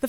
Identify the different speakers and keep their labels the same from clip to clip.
Speaker 1: The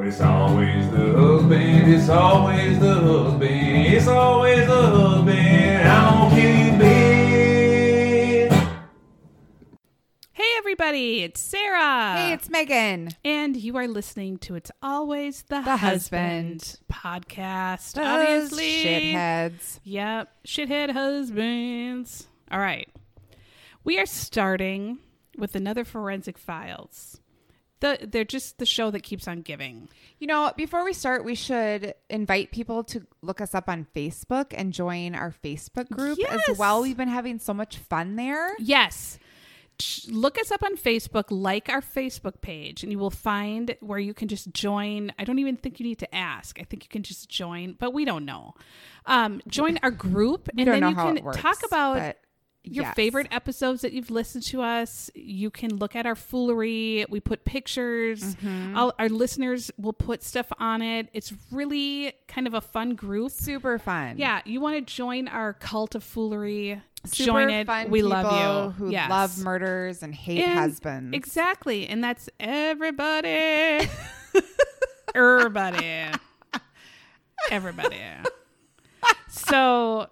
Speaker 2: It's always the husband, it's always the husband, it's always the husband. I don't keep it.
Speaker 1: Hey, everybody, it's Sarah.
Speaker 3: Hey, it's Megan.
Speaker 1: and you are listening to It's Always the,
Speaker 3: The
Speaker 1: Husband,
Speaker 3: Husband.
Speaker 1: podcast.
Speaker 3: Those
Speaker 1: Obviously.
Speaker 3: shitheads.
Speaker 1: Yep. Shithead husbands. All right. We are starting with another Forensic Files. The, they're just the show that keeps on giving.
Speaker 3: You know, before we start, we should invite people to look us up on Facebook and join our Facebook group
Speaker 1: Yes.
Speaker 3: as well. We've been having so much fun there.
Speaker 1: Yes. Ch- Look us up on Facebook, like our Facebook page, and you will find where you can just join. I don't even think you need to ask. I think you can just join, but we don't know. Um, join our group, and
Speaker 3: don't
Speaker 1: then
Speaker 3: know
Speaker 1: you
Speaker 3: how
Speaker 1: can
Speaker 3: it works,
Speaker 1: talk about
Speaker 3: but
Speaker 1: your
Speaker 3: yes.
Speaker 1: favorite episodes that you've listened to us. You can look at our foolery. We put pictures.
Speaker 3: Mm-hmm.
Speaker 1: All, our listeners will put stuff on it. It's really kind of a fun group.
Speaker 3: Super fun.
Speaker 1: Yeah, you want to join our cult of foolery?
Speaker 3: Super
Speaker 1: join it.
Speaker 3: fun
Speaker 1: we
Speaker 3: people
Speaker 1: love you.
Speaker 3: Who
Speaker 1: Yes.
Speaker 3: love murders and hate
Speaker 1: And-
Speaker 3: husbands.
Speaker 1: Exactly. And that's everybody. everybody. Everybody. So,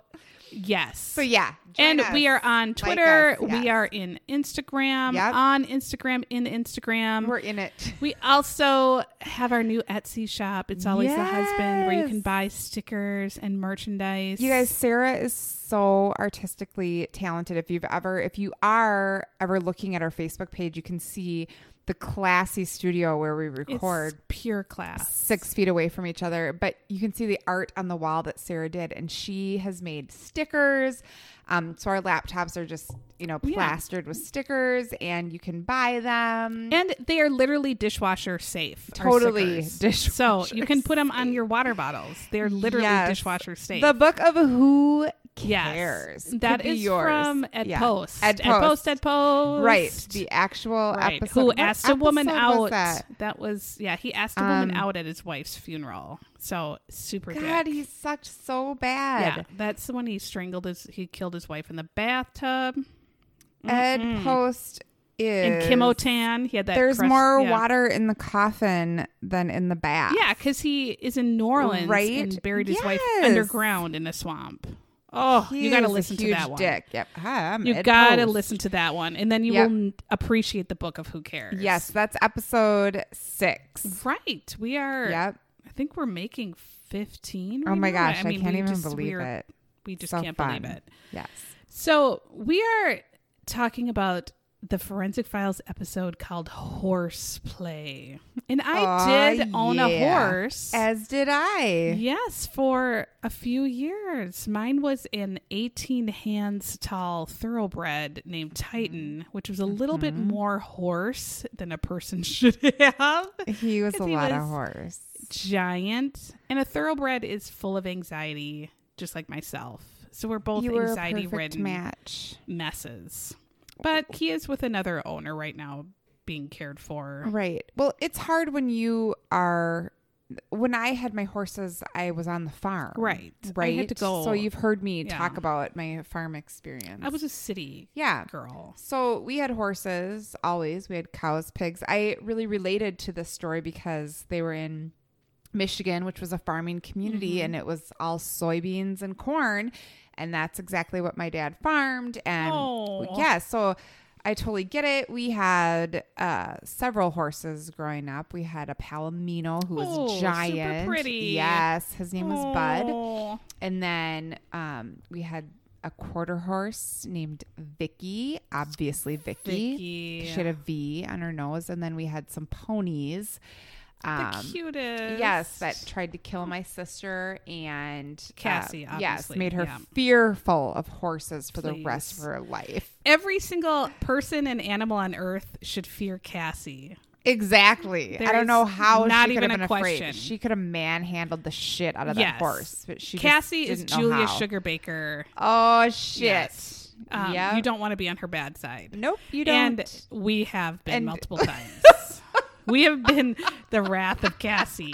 Speaker 1: yes.
Speaker 3: so yeah, join
Speaker 1: and
Speaker 3: us.
Speaker 1: we are on
Speaker 3: Like
Speaker 1: Twitter.
Speaker 3: us,
Speaker 1: We
Speaker 3: yes.
Speaker 1: are in Instagram.
Speaker 3: Yep.
Speaker 1: On Instagram, in Instagram.
Speaker 3: We're in it.
Speaker 1: we also have our new Etsy shop. It's always the husband where you can
Speaker 3: Yes.
Speaker 1: buy stickers and merchandise.
Speaker 3: You guys, Sarah is so artistically talented. If you've ever, if you are ever looking at our Facebook page, you can see the classy studio where we
Speaker 1: it's
Speaker 3: record.
Speaker 1: pure class.
Speaker 3: six feet away from each other, but you can see the art on the wall that Sarah did, and she has made stickers. Um, so our laptops are just you know
Speaker 1: Yeah.
Speaker 3: plastered with stickers, and you can buy them.
Speaker 1: And they are literally dishwasher safe. our
Speaker 3: Totally
Speaker 1: stickers.
Speaker 3: dishwasher
Speaker 1: So you can put them on your water bottles. They're literally
Speaker 3: Yes.
Speaker 1: dishwasher safe.
Speaker 3: The book of who
Speaker 1: Yes.
Speaker 3: cares
Speaker 1: That
Speaker 3: Could be
Speaker 1: is
Speaker 3: yours.
Speaker 1: from Ed
Speaker 3: Yeah.
Speaker 1: Post.
Speaker 3: Ed Post.
Speaker 1: Ed Post. Ed Post.
Speaker 3: Right, the actual
Speaker 1: Right.
Speaker 3: episode.
Speaker 1: Who
Speaker 3: What
Speaker 1: asked a woman
Speaker 3: episode was
Speaker 1: out?
Speaker 3: that?
Speaker 1: was yeah. He asked a woman
Speaker 3: Um,
Speaker 1: out at his wife's funeral. So super.
Speaker 3: God,
Speaker 1: dick.
Speaker 3: he sucked so
Speaker 1: yeah.
Speaker 3: bad.
Speaker 1: That's the one he strangled his. He killed his wife in the bathtub.
Speaker 3: Ed Post
Speaker 1: In
Speaker 3: is
Speaker 1: Kimotan, he had that.
Speaker 3: There's
Speaker 1: crust-
Speaker 3: more
Speaker 1: yeah.
Speaker 3: water in the coffin than in the bath.
Speaker 1: Yeah, because he is in New Orleans
Speaker 3: Right?
Speaker 1: and buried his wife
Speaker 3: Yes.
Speaker 1: underground in a swamp. Oh,
Speaker 3: He
Speaker 1: you got to
Speaker 3: is a
Speaker 1: listen to
Speaker 3: huge
Speaker 1: that one.
Speaker 3: Dick. Yep. Hi, I'm
Speaker 1: You
Speaker 3: Ed
Speaker 1: got to
Speaker 3: Post.
Speaker 1: listen to that one, and then you
Speaker 3: Yep.
Speaker 1: will n- appreciate the book of Who Cares.
Speaker 3: Yes, that's episode six.
Speaker 1: right. We are.
Speaker 3: Yep.
Speaker 1: I think we're making fifteen.
Speaker 3: Oh
Speaker 1: right
Speaker 3: my
Speaker 1: now.
Speaker 3: gosh, I,
Speaker 1: mean,
Speaker 3: can't
Speaker 1: we
Speaker 3: even
Speaker 1: just-
Speaker 3: believe
Speaker 1: we're-
Speaker 3: it.
Speaker 1: We just
Speaker 3: So
Speaker 1: can't
Speaker 3: fun.
Speaker 1: believe it.
Speaker 3: Yes.
Speaker 1: So we are talking about the Forensic Files episode called Horseplay, and I
Speaker 3: Aw,
Speaker 1: did own a
Speaker 3: yeah.
Speaker 1: horse.
Speaker 3: As did I.
Speaker 1: Yes, for a few years. Mine was an 18 hands tall thoroughbred named Titan, which was a little bit
Speaker 3: Mm-hmm.
Speaker 1: more horse than a person should have.
Speaker 3: He was a
Speaker 1: Yes, he
Speaker 3: lot of
Speaker 1: was.
Speaker 3: horse.
Speaker 1: Giant. And a thoroughbred is full of anxiety, just like myself. So we're both
Speaker 3: you were a
Speaker 1: anxiety
Speaker 3: perfect
Speaker 1: ridden
Speaker 3: match.
Speaker 1: messes. But he is with another owner right now being cared for.
Speaker 3: Right. Well, it's hard when you are. When I had my horses, I was on the farm.
Speaker 1: Right. I had
Speaker 3: Right.
Speaker 1: to go-
Speaker 3: So you've heard me
Speaker 1: Yeah.
Speaker 3: talk about my farm experience.
Speaker 1: I was a city
Speaker 3: yeah.
Speaker 1: girl.
Speaker 3: So we had horses always. We had cows, pigs. I really related to this story because they were in Michigan, which was a farming community,
Speaker 1: Mm-hmm.
Speaker 3: and it was all soybeans and corn. And that's exactly what my dad farmed. And
Speaker 1: Oh.
Speaker 3: yeah, so I totally get it. We had uh, several horses growing up. We had a Palomino who was
Speaker 1: Oh, super
Speaker 3: giant.
Speaker 1: pretty.
Speaker 3: Yes, his name was Bud.
Speaker 1: Oh.
Speaker 3: And then um, we had a quarter horse named Vicky, obviously Vicky.
Speaker 1: Vicky.
Speaker 3: She had a V on her nose, and then we had some ponies. Um,
Speaker 1: the cutest.
Speaker 3: Yes, that tried to kill my sister and uh,
Speaker 1: Cassie,
Speaker 3: yes,
Speaker 1: obviously,
Speaker 3: made her
Speaker 1: yeah.
Speaker 3: fearful of horses for the rest
Speaker 1: Please.
Speaker 3: of her life.
Speaker 1: every single person and animal on Earth should fear Cassie.
Speaker 3: Exactly. I
Speaker 1: There
Speaker 3: don't know
Speaker 1: is
Speaker 3: how
Speaker 1: not
Speaker 3: she could
Speaker 1: even
Speaker 3: have
Speaker 1: a
Speaker 3: been afraid.
Speaker 1: question.
Speaker 3: She could have manhandled the shit out of that
Speaker 1: Yes.
Speaker 3: horse. But she just
Speaker 1: Cassie is
Speaker 3: didn't know
Speaker 1: Julia
Speaker 3: how.
Speaker 1: Sugar Baker.
Speaker 3: Oh shit.
Speaker 1: Yes. Um,
Speaker 3: yeah.
Speaker 1: You don't want to be on her bad side.
Speaker 3: Nope. You don't.
Speaker 1: And we have been
Speaker 3: And-
Speaker 1: multiple times. we have been the wrath of Cassie,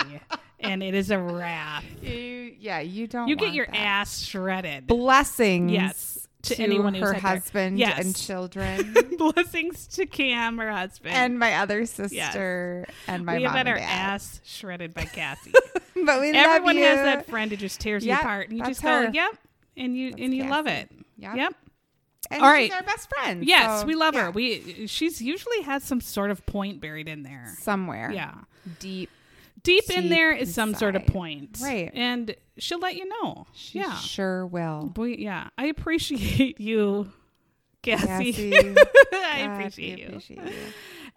Speaker 1: and it is a wrath.
Speaker 3: you, yeah. You don't.
Speaker 1: You get
Speaker 3: want
Speaker 1: your
Speaker 3: that.
Speaker 1: ass shredded.
Speaker 3: blessings.
Speaker 1: Yes, to anyone who's
Speaker 3: her
Speaker 1: out there.
Speaker 3: husband
Speaker 1: Yes.
Speaker 3: and children,
Speaker 1: Blessings to Cam, her husband.
Speaker 3: and my other sister, and my
Speaker 1: we have
Speaker 3: mom
Speaker 1: had
Speaker 3: and
Speaker 1: our
Speaker 3: dad.
Speaker 1: ass shredded by Cassie.
Speaker 3: But we love
Speaker 1: Everyone has
Speaker 3: you.
Speaker 1: that friend who just tears
Speaker 3: Yep,
Speaker 1: you apart, and you
Speaker 3: that's
Speaker 1: just go,
Speaker 3: her.
Speaker 1: "Yep," and you and you love it.
Speaker 3: Yep.
Speaker 1: yep.
Speaker 3: And
Speaker 1: All
Speaker 3: she's
Speaker 1: right.
Speaker 3: our best friend.
Speaker 1: Yes,
Speaker 3: so,
Speaker 1: we love
Speaker 3: yeah.
Speaker 1: her. We she's usually has some sort of point buried in there.
Speaker 3: somewhere.
Speaker 1: Yeah.
Speaker 3: Deep.
Speaker 1: Deep, in
Speaker 3: Deep
Speaker 1: there is some sort of
Speaker 3: inside.
Speaker 1: point.
Speaker 3: Right.
Speaker 1: And she'll let you know.
Speaker 3: She
Speaker 1: yeah.
Speaker 3: sure will.
Speaker 1: We, yeah. I appreciate you, Cassie.
Speaker 3: Cassie.
Speaker 1: I
Speaker 3: God, we
Speaker 1: appreciate you.
Speaker 3: appreciate you.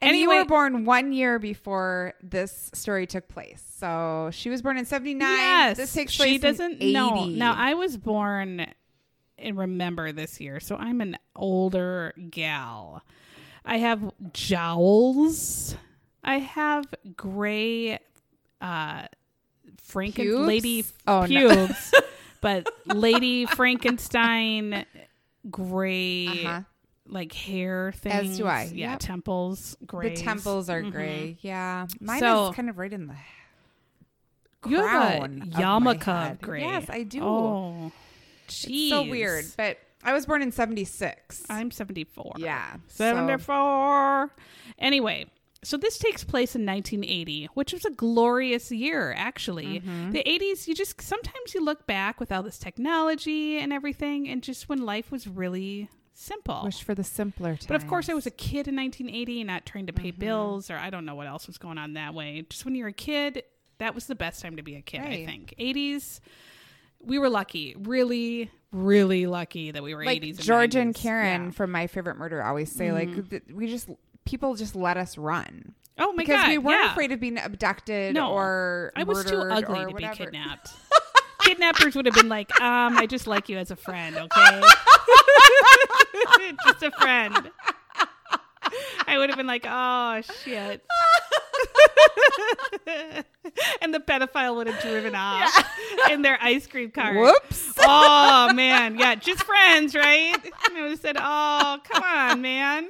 Speaker 3: And
Speaker 1: Anyway,
Speaker 3: you were born one year before this story took place. So she was born in 79.
Speaker 1: yes.
Speaker 3: This takes place
Speaker 1: she doesn't
Speaker 3: in 80.
Speaker 1: know. Now I was born and remember this year, so I'm an older gal. I have jowls. I have gray uh Franken
Speaker 3: Pubes?
Speaker 1: lady
Speaker 3: Oh, no.
Speaker 1: pubes, but lady Frankenstein gray
Speaker 3: Uh-huh.
Speaker 1: like hair things.
Speaker 3: As do I.
Speaker 1: Yeah,
Speaker 3: Yep.
Speaker 1: temples
Speaker 3: The
Speaker 1: gray.
Speaker 3: temples are gray. Yeah. Mine
Speaker 1: So-
Speaker 3: is kind of right in the
Speaker 1: You have a
Speaker 3: crown of my
Speaker 1: yarmulke
Speaker 3: head.
Speaker 1: of gray.
Speaker 3: Yes, I do.
Speaker 1: Oh,
Speaker 3: It's so
Speaker 1: jeez.
Speaker 3: weird. But I was born in 76.
Speaker 1: I'm 74.
Speaker 3: yeah. so-
Speaker 1: 74. Anyway, so this takes place in 1980, which was a glorious year, actually.
Speaker 3: Mm-hmm.
Speaker 1: The 80s, you just sometimes you look back with all this technology and everything, and just when life was really simple.
Speaker 3: Wish for the simpler time.
Speaker 1: but of course, I was a kid in 1980, not trying to pay
Speaker 3: Mm-hmm.
Speaker 1: bills, or I don't know what else was going on that way. Just when you're a kid, that was the best time to be a kid, I
Speaker 3: Right.
Speaker 1: think. 80s, we were lucky, really, really lucky that we were
Speaker 3: like
Speaker 1: 80s.
Speaker 3: George and
Speaker 1: 90s.
Speaker 3: Karen
Speaker 1: Yeah. Mm-hmm.
Speaker 3: from My Favorite Murder always say, like th- we just people just let us run
Speaker 1: Oh my
Speaker 3: because
Speaker 1: god!
Speaker 3: we weren't
Speaker 1: yeah.
Speaker 3: afraid of being abducted
Speaker 1: No.
Speaker 3: or
Speaker 1: I was too
Speaker 3: murdered
Speaker 1: ugly to
Speaker 3: or
Speaker 1: be
Speaker 3: whatever.
Speaker 1: kidnapped. Kidnappers would have been like, um, I just like you as a friend, okay? just a friend. I would have been like, oh shit. and the pedophile would have driven off in their ice cream cart.
Speaker 3: Whoops!
Speaker 1: Oh man, yeah, just friends, right? And I would have said, oh, come on, man.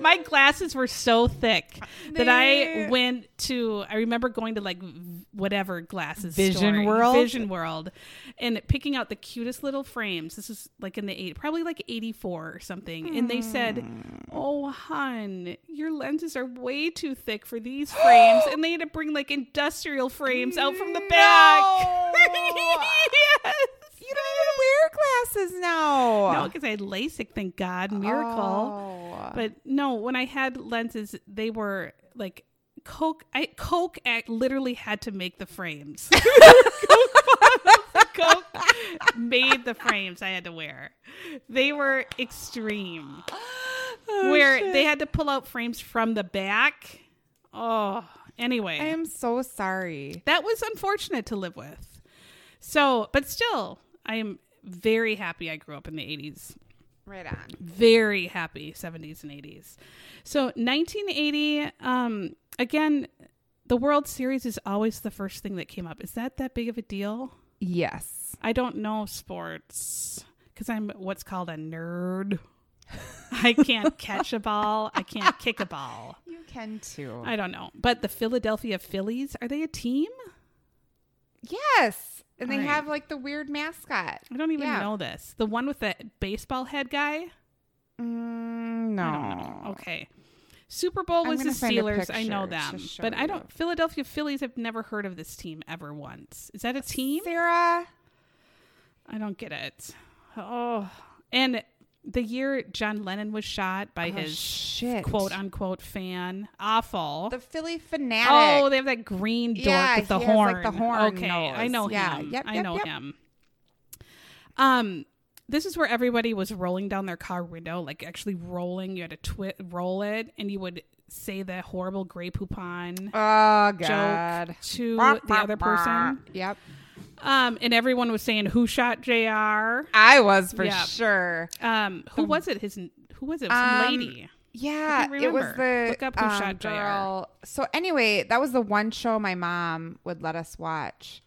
Speaker 1: My glasses were so thick that I
Speaker 3: They-
Speaker 1: went to. I remember going to like v- whatever glasses
Speaker 3: Vision
Speaker 1: store,
Speaker 3: World?
Speaker 1: Vision World, and picking out the cutest little frames. This is like in the eight, probably like eighty four or something. And they said,
Speaker 3: Hmm.
Speaker 1: "Oh, hun, your lenses are way too thick for these frames," and they had to bring like industrial frames out from the back.
Speaker 3: No!
Speaker 1: yes.
Speaker 3: you don't even wear glasses now.
Speaker 1: No, because I had LASIK, thank God, miracle.
Speaker 3: Oh.
Speaker 1: But no, when I had lenses, they were like Coke. I Coke act literally had to make the frames. Coke, Coke made the frames I had to wear. They were extreme,
Speaker 3: Oh,
Speaker 1: where
Speaker 3: shit.
Speaker 1: they had to pull out frames from the back. Oh, anyway,
Speaker 3: I am so sorry.
Speaker 1: that was unfortunate to live with. So, but still, I am very happy I grew up in the 80s
Speaker 3: Right on.
Speaker 1: very happy 70s and 80s. So 1980, um, again, the World Series is always the first thing that came up. Is that that big of a deal?
Speaker 3: Yes.
Speaker 1: I don't know sports because I'm what's called a nerd. I can't catch a ball. I can't kick a ball.
Speaker 3: You can too.
Speaker 1: I don't know. But the Philadelphia Phillies, are they a team?
Speaker 3: yes. And they
Speaker 1: All right.
Speaker 3: have like the weird mascot.
Speaker 1: I don't even
Speaker 3: Yeah.
Speaker 1: know this. The one with the baseball head guy?
Speaker 3: Mm, no.
Speaker 1: I don't know. Oh, Okay. Super Bowl
Speaker 3: I'm
Speaker 1: was the
Speaker 3: gonna find a
Speaker 1: Steelers. I know
Speaker 3: picture to
Speaker 1: them.
Speaker 3: show
Speaker 1: But I don't
Speaker 3: you.
Speaker 1: Philadelphia Phillies have never heard of this team ever once. Is that a team?
Speaker 3: Sarah.
Speaker 1: I don't get it. Oh. And the year John Lennon was shot by
Speaker 3: Oh,
Speaker 1: his
Speaker 3: shit.
Speaker 1: quote unquote fan. Awful.
Speaker 3: the Philly fanatic.
Speaker 1: Oh, they have that green dork
Speaker 3: Yeah,
Speaker 1: with the
Speaker 3: he has,
Speaker 1: horn.
Speaker 3: like, the horn
Speaker 1: Okay,
Speaker 3: nose.
Speaker 1: I know
Speaker 3: Yeah,
Speaker 1: him.
Speaker 3: yep,
Speaker 1: I
Speaker 3: yep,
Speaker 1: know
Speaker 3: yep.
Speaker 1: him. Um, this is where everybody was rolling down their car window, like actually rolling. You had to twi- roll it, and you would say the horrible gray poupon
Speaker 3: oh
Speaker 1: joke
Speaker 3: god.
Speaker 1: to
Speaker 3: Bah,
Speaker 1: the
Speaker 3: bah,
Speaker 1: other
Speaker 3: bah.
Speaker 1: person.
Speaker 3: Yep.
Speaker 1: Um, and everyone was saying, "Who shot Jr."
Speaker 3: I was for
Speaker 1: Yeah.
Speaker 3: sure.
Speaker 1: Um, who was it? His who was it? It was Some
Speaker 3: Um,
Speaker 1: lady.
Speaker 3: Yeah,
Speaker 1: couldn't
Speaker 3: it was
Speaker 1: remember.
Speaker 3: the
Speaker 1: Look up who
Speaker 3: um,
Speaker 1: shot JR.
Speaker 3: girl. So anyway, that was the one show my mom would let us watch.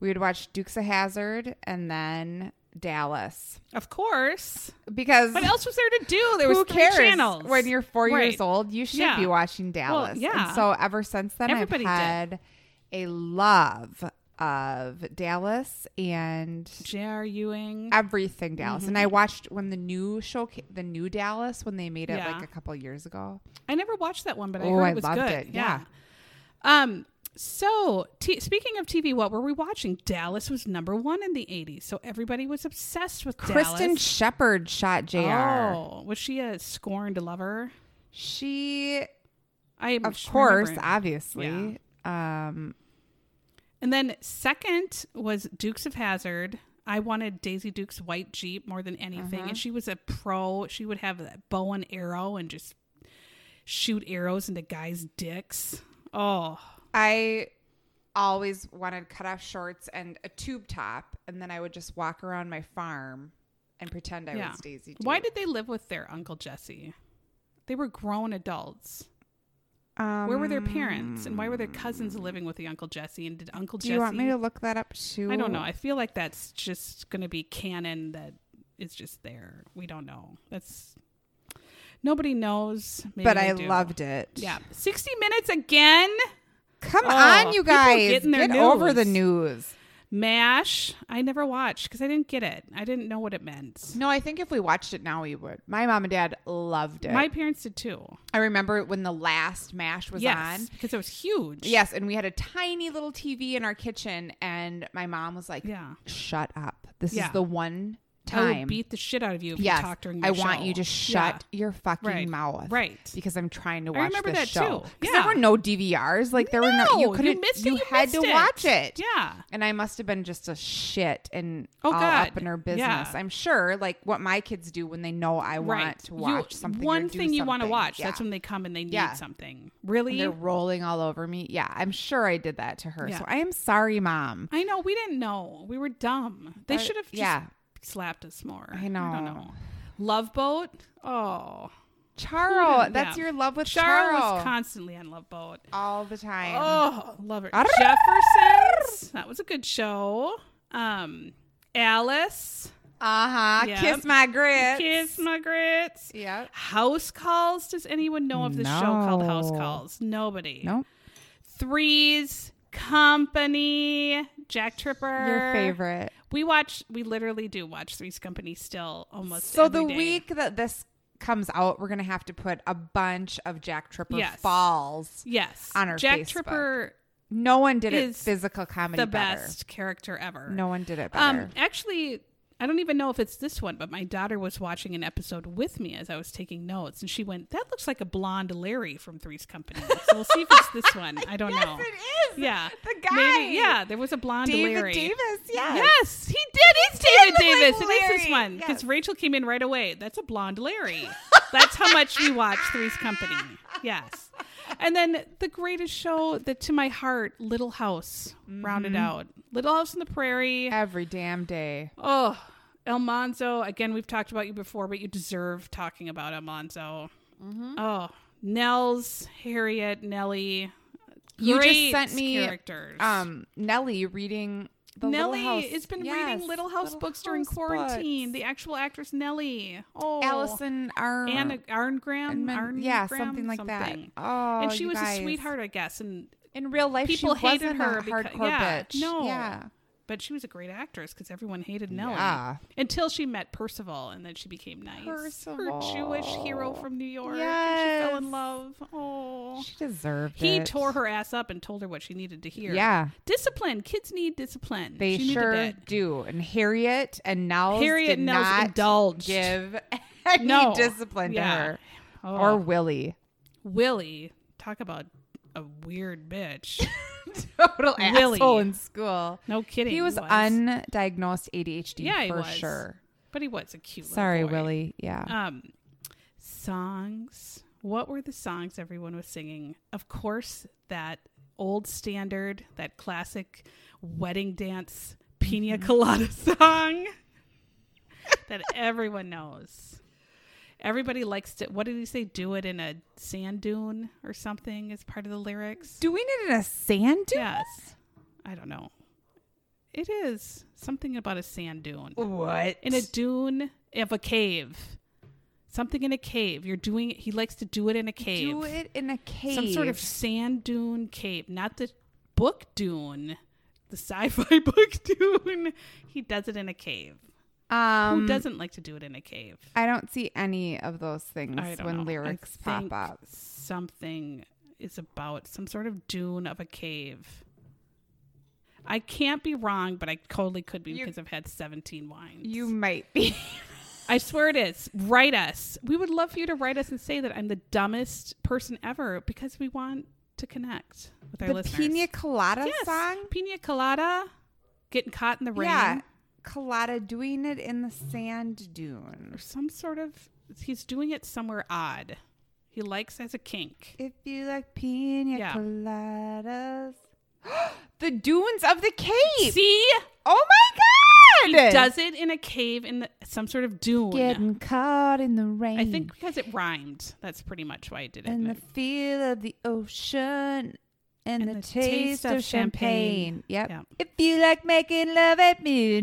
Speaker 3: We would watch Dukes of Hazard and then Dallas
Speaker 1: Of course.
Speaker 3: because
Speaker 1: What else was there to do? There was
Speaker 3: who
Speaker 1: three
Speaker 3: cares
Speaker 1: channels.
Speaker 3: when you're four years
Speaker 1: Right.
Speaker 3: old? You should
Speaker 1: Yeah.
Speaker 3: be watching Dallas. And
Speaker 1: yeah.
Speaker 3: so ever since then,
Speaker 1: Everybody did.
Speaker 3: I've had a love of Dallas and
Speaker 1: J.R. Ewing.
Speaker 3: everything Dallas.
Speaker 1: Mm-hmm.
Speaker 3: And I watched when the new show, ca- the new Dallas, when they made it
Speaker 1: Yeah.
Speaker 3: like a couple years ago.
Speaker 1: I never watched that one, but I
Speaker 3: Oh,
Speaker 1: heard
Speaker 3: I
Speaker 1: it was
Speaker 3: loved
Speaker 1: good.
Speaker 3: it.
Speaker 1: Yeah. Um. So, t- speaking of TV, what were we watching? Dallas was number one in the '80s, so everybody was obsessed with
Speaker 3: Kristen
Speaker 1: Dallas.
Speaker 3: Shepard shot Jr.
Speaker 1: Oh, was she a scorned lover?
Speaker 3: She,
Speaker 1: I am
Speaker 3: of
Speaker 1: sure
Speaker 3: course,
Speaker 1: remember-
Speaker 3: obviously. Um,
Speaker 1: And then second was Dukes of Hazard. I wanted Daisy Duke's white Jeep more than anything,
Speaker 3: Uh-huh.
Speaker 1: and she was a pro. She would have a bow and arrow and just shoot arrows into guys' dicks. Oh,
Speaker 3: I always wanted cutoff shorts and a tube top, and then I would just walk around my farm and pretend I
Speaker 1: yeah.
Speaker 3: was Daisy. Duke.
Speaker 1: Why did they live with their uncle Jesse? They were grown adults.
Speaker 3: Um,
Speaker 1: Where were their parents, and why were their cousins living with the uncle Jesse? And did Uncle
Speaker 3: Do
Speaker 1: Jesse?
Speaker 3: you want me to look that up too?
Speaker 1: I don't know. I feel like that's just going to be canon that is just there. We don't know. That's nobody knows. Maybe
Speaker 3: but
Speaker 1: they
Speaker 3: I
Speaker 1: do.
Speaker 3: loved it.
Speaker 1: Yeah, sixty minutes again.
Speaker 3: Come
Speaker 1: Oh,
Speaker 3: on, you
Speaker 1: people
Speaker 3: guys,
Speaker 1: getting their
Speaker 3: get over the
Speaker 1: news.
Speaker 3: news.
Speaker 1: Mash. I never watched because I didn't get it. I didn't know what it meant.
Speaker 3: No, I think if we watched it now, we would. My mom and dad loved it.
Speaker 1: My parents did too.
Speaker 3: I remember when the last Mash was
Speaker 1: yes,
Speaker 3: on.
Speaker 1: because it was huge.
Speaker 3: Yes, and we had a tiny little TV in our kitchen, and my mom was like,
Speaker 1: Yeah.
Speaker 3: "Shut up! This
Speaker 1: Yeah.
Speaker 3: is the one
Speaker 1: I
Speaker 3: time."
Speaker 1: would beat the shit out of you if
Speaker 3: yes,
Speaker 1: you talked during.
Speaker 3: I
Speaker 1: my
Speaker 3: want
Speaker 1: show.
Speaker 3: you to shut your fucking
Speaker 1: Right.
Speaker 3: mouth,
Speaker 1: Right.
Speaker 3: Because I'm trying to watch
Speaker 1: remember
Speaker 3: this
Speaker 1: that
Speaker 3: show.
Speaker 1: too.
Speaker 3: 'Cause
Speaker 1: Yeah.
Speaker 3: there were no DVRs. Like there
Speaker 1: Yeah.
Speaker 3: were no. You
Speaker 1: No,
Speaker 3: couldn't.
Speaker 1: missed it,
Speaker 3: you had
Speaker 1: missed
Speaker 3: to watch it.
Speaker 1: Yeah.
Speaker 3: And I must have been just a shit and
Speaker 1: Oh,
Speaker 3: all
Speaker 1: God.
Speaker 3: up in her
Speaker 1: Yeah.
Speaker 3: business. I'm sure, like what my kids do when they know I want
Speaker 1: right.
Speaker 3: to
Speaker 1: You-
Speaker 3: watch something.
Speaker 1: One
Speaker 3: or do
Speaker 1: thing you want to
Speaker 3: something.
Speaker 1: watch.
Speaker 3: Yeah.
Speaker 1: That's when they come and they need
Speaker 3: Yeah.
Speaker 1: something. Really.
Speaker 3: And they're rolling all over me. Yeah, I'm sure I did that to her.
Speaker 1: Yeah.
Speaker 3: So I am sorry, mom.
Speaker 1: I know we didn't know. We were dumb. They
Speaker 3: But,
Speaker 1: should have just
Speaker 3: yeah.
Speaker 1: slapped us more.
Speaker 3: I
Speaker 1: I don't
Speaker 3: know.
Speaker 1: know. Love boat. Oh,
Speaker 3: Charo,
Speaker 1: Couldn't-
Speaker 3: that's
Speaker 1: yeah.
Speaker 3: your love with
Speaker 1: Char
Speaker 3: Charo,
Speaker 1: was constantly on Love Boat.
Speaker 3: all the time.
Speaker 1: Oh, love her.
Speaker 3: Arr!
Speaker 1: Jeffersons. That was a good show. Um, Alice.
Speaker 3: Uh huh.
Speaker 1: Yep.
Speaker 3: Kiss my grits.
Speaker 1: Kiss my grits.
Speaker 3: Yep.
Speaker 1: House calls. Does anyone know of the show called House
Speaker 3: No.
Speaker 1: Calls? Nobody.
Speaker 3: Nope.
Speaker 1: Threes. Company. Jack Tripper.
Speaker 3: Your favorite.
Speaker 1: We watch. We literally do watch Three's Company still almost.
Speaker 3: So
Speaker 1: every
Speaker 3: the
Speaker 1: day.
Speaker 3: week that this comes out, we're gonna have to put a bunch of Jack Tripper
Speaker 1: Yes.
Speaker 3: falls.
Speaker 1: Yes.
Speaker 3: on our
Speaker 1: Jack
Speaker 3: Facebook.
Speaker 1: Tripper,
Speaker 3: No one did it
Speaker 1: Is
Speaker 3: physical comedy
Speaker 1: the
Speaker 3: better.
Speaker 1: best character ever.
Speaker 3: No one did it better.
Speaker 1: Um, actually, I don't even know if it's this one, but my daughter was watching an episode with me as I was taking notes, and she went, "That looks like a blonde Larry from Three's Company." So we'll see if it's this one. I don't know.
Speaker 3: it is.
Speaker 1: Yeah.
Speaker 3: The guy.
Speaker 1: Maybe- yeah, there was a blonde
Speaker 3: David
Speaker 1: Larry.
Speaker 3: Davis. Yes.
Speaker 1: Yes, he did. It's David
Speaker 3: did look
Speaker 1: Davis.
Speaker 3: like
Speaker 1: it is this
Speaker 3: Larry.
Speaker 1: one because
Speaker 3: Yes.
Speaker 1: Rachel came in right away. That's a blonde Larry. That's how much we watch Three's Company. Yes, and then the greatest show that to my heart, Little House, rounded
Speaker 3: Mm-hmm.
Speaker 1: out. Little House on the Prairie.
Speaker 3: Every damn day.
Speaker 1: Oh, Elmonzo. Again, we've talked about you before, but you deserve talking about Elmonzo.
Speaker 3: Mm-hmm.
Speaker 1: Oh, Nels, Harriet, Nellie.
Speaker 3: You just
Speaker 1: Great
Speaker 3: sent me,
Speaker 1: characters.
Speaker 3: Um, Nellie reading the
Speaker 1: Nellie
Speaker 3: Little House.
Speaker 1: has been
Speaker 3: Yes,
Speaker 1: reading Little House books during
Speaker 3: House
Speaker 1: quarantine.
Speaker 3: books.
Speaker 1: The actual actress Nellie. Oh,
Speaker 3: Allison Ar-
Speaker 1: Anna Arngram.
Speaker 3: Arnman-
Speaker 1: Arngram
Speaker 3: yeah, something like
Speaker 1: something.
Speaker 3: that. Oh,
Speaker 1: and she
Speaker 3: you
Speaker 1: was
Speaker 3: guys.
Speaker 1: a sweetheart, I guess, and
Speaker 3: In real life,
Speaker 1: people
Speaker 3: she
Speaker 1: hated
Speaker 3: wasn't
Speaker 1: her
Speaker 3: a
Speaker 1: because
Speaker 3: hardcore
Speaker 1: yeah,
Speaker 3: bitch.
Speaker 1: no,
Speaker 3: yeah, Ah,
Speaker 1: but she was a great actress because everyone hated Nellie
Speaker 3: Yeah.
Speaker 1: until she met Percival, and then she became nice. Her Jewish hero
Speaker 3: Percival.
Speaker 1: from New York, and she fell in
Speaker 3: Yes.
Speaker 1: love. Oh,
Speaker 3: she deserved
Speaker 1: he
Speaker 3: it.
Speaker 1: tore her ass up and told her what she needed to hear.
Speaker 3: Yeah.
Speaker 1: discipline. Kids need discipline.
Speaker 3: They
Speaker 1: she needed
Speaker 3: sure
Speaker 1: that.
Speaker 3: do. And Harriet and Nels
Speaker 1: Harriet
Speaker 3: did
Speaker 1: and Nels
Speaker 3: not
Speaker 1: indulged.
Speaker 3: give any
Speaker 1: No.
Speaker 3: discipline
Speaker 1: Yeah.
Speaker 3: to her
Speaker 1: Oh.
Speaker 3: or Willie.
Speaker 1: Willie, talk about a weird bitch.
Speaker 3: Total
Speaker 1: Willie.
Speaker 3: asshole in school.
Speaker 1: No kidding.
Speaker 3: He was, undiagnosed ADHD
Speaker 1: Yeah, he
Speaker 3: for
Speaker 1: was.
Speaker 3: sure.
Speaker 1: but he was a cute. little
Speaker 3: Sorry,
Speaker 1: boy.
Speaker 3: Willie. Yeah.
Speaker 1: Um, songs. What were the songs everyone was singing? Of course, that old standard, that classic wedding dance
Speaker 3: Mm-hmm.
Speaker 1: pina colada song that everyone knows. Everybody likes to. What did he say? Do it in a sand dune or something is part of the lyrics.
Speaker 3: Doing it in a sand dune?
Speaker 1: Yes. I don't know. It is something about a sand dune.
Speaker 3: What?
Speaker 1: In a dune of a cave. Something in a cave. You're doing He likes to do it in a cave.
Speaker 3: Do it in a cave.
Speaker 1: Some sort of sand dune cave, not the book dune, the sci fi book dune. He does it in a cave.
Speaker 3: Um,
Speaker 1: Who doesn't like to do it in a cave?
Speaker 3: I don't see any of those things
Speaker 1: I don't
Speaker 3: when
Speaker 1: know. I
Speaker 3: lyrics
Speaker 1: think
Speaker 3: pop up.
Speaker 1: Something is about some sort of dune of a cave. I can't be wrong, but I totally could be
Speaker 3: You-
Speaker 1: because I've had 17 wines.
Speaker 3: You might be.
Speaker 1: I swear it is. Write us. We would love for you to write us and say that I'm the dumbest person ever because we want to connect with our
Speaker 3: the
Speaker 1: listeners.
Speaker 3: Pina Colada
Speaker 1: yes.
Speaker 3: song?
Speaker 1: Pina colada, getting caught in the rain.
Speaker 3: Yeah. Colada doing it in the sand dune.
Speaker 1: Or some sort of, he's doing it somewhere odd. He likes as a kink.
Speaker 3: If you like pina
Speaker 1: Yeah.
Speaker 3: coladas. the dunes of the Cape.
Speaker 1: See?
Speaker 3: Oh my God.
Speaker 1: Does it in a cave in the, some sort of dune.
Speaker 3: Getting caught in the rain.
Speaker 1: I think because it rhymed. That's pretty much why I did it.
Speaker 3: And the feel of the ocean. And, the, taste, of champagne.
Speaker 1: champagne.
Speaker 3: Yep.
Speaker 1: Yep.
Speaker 3: If you like making love at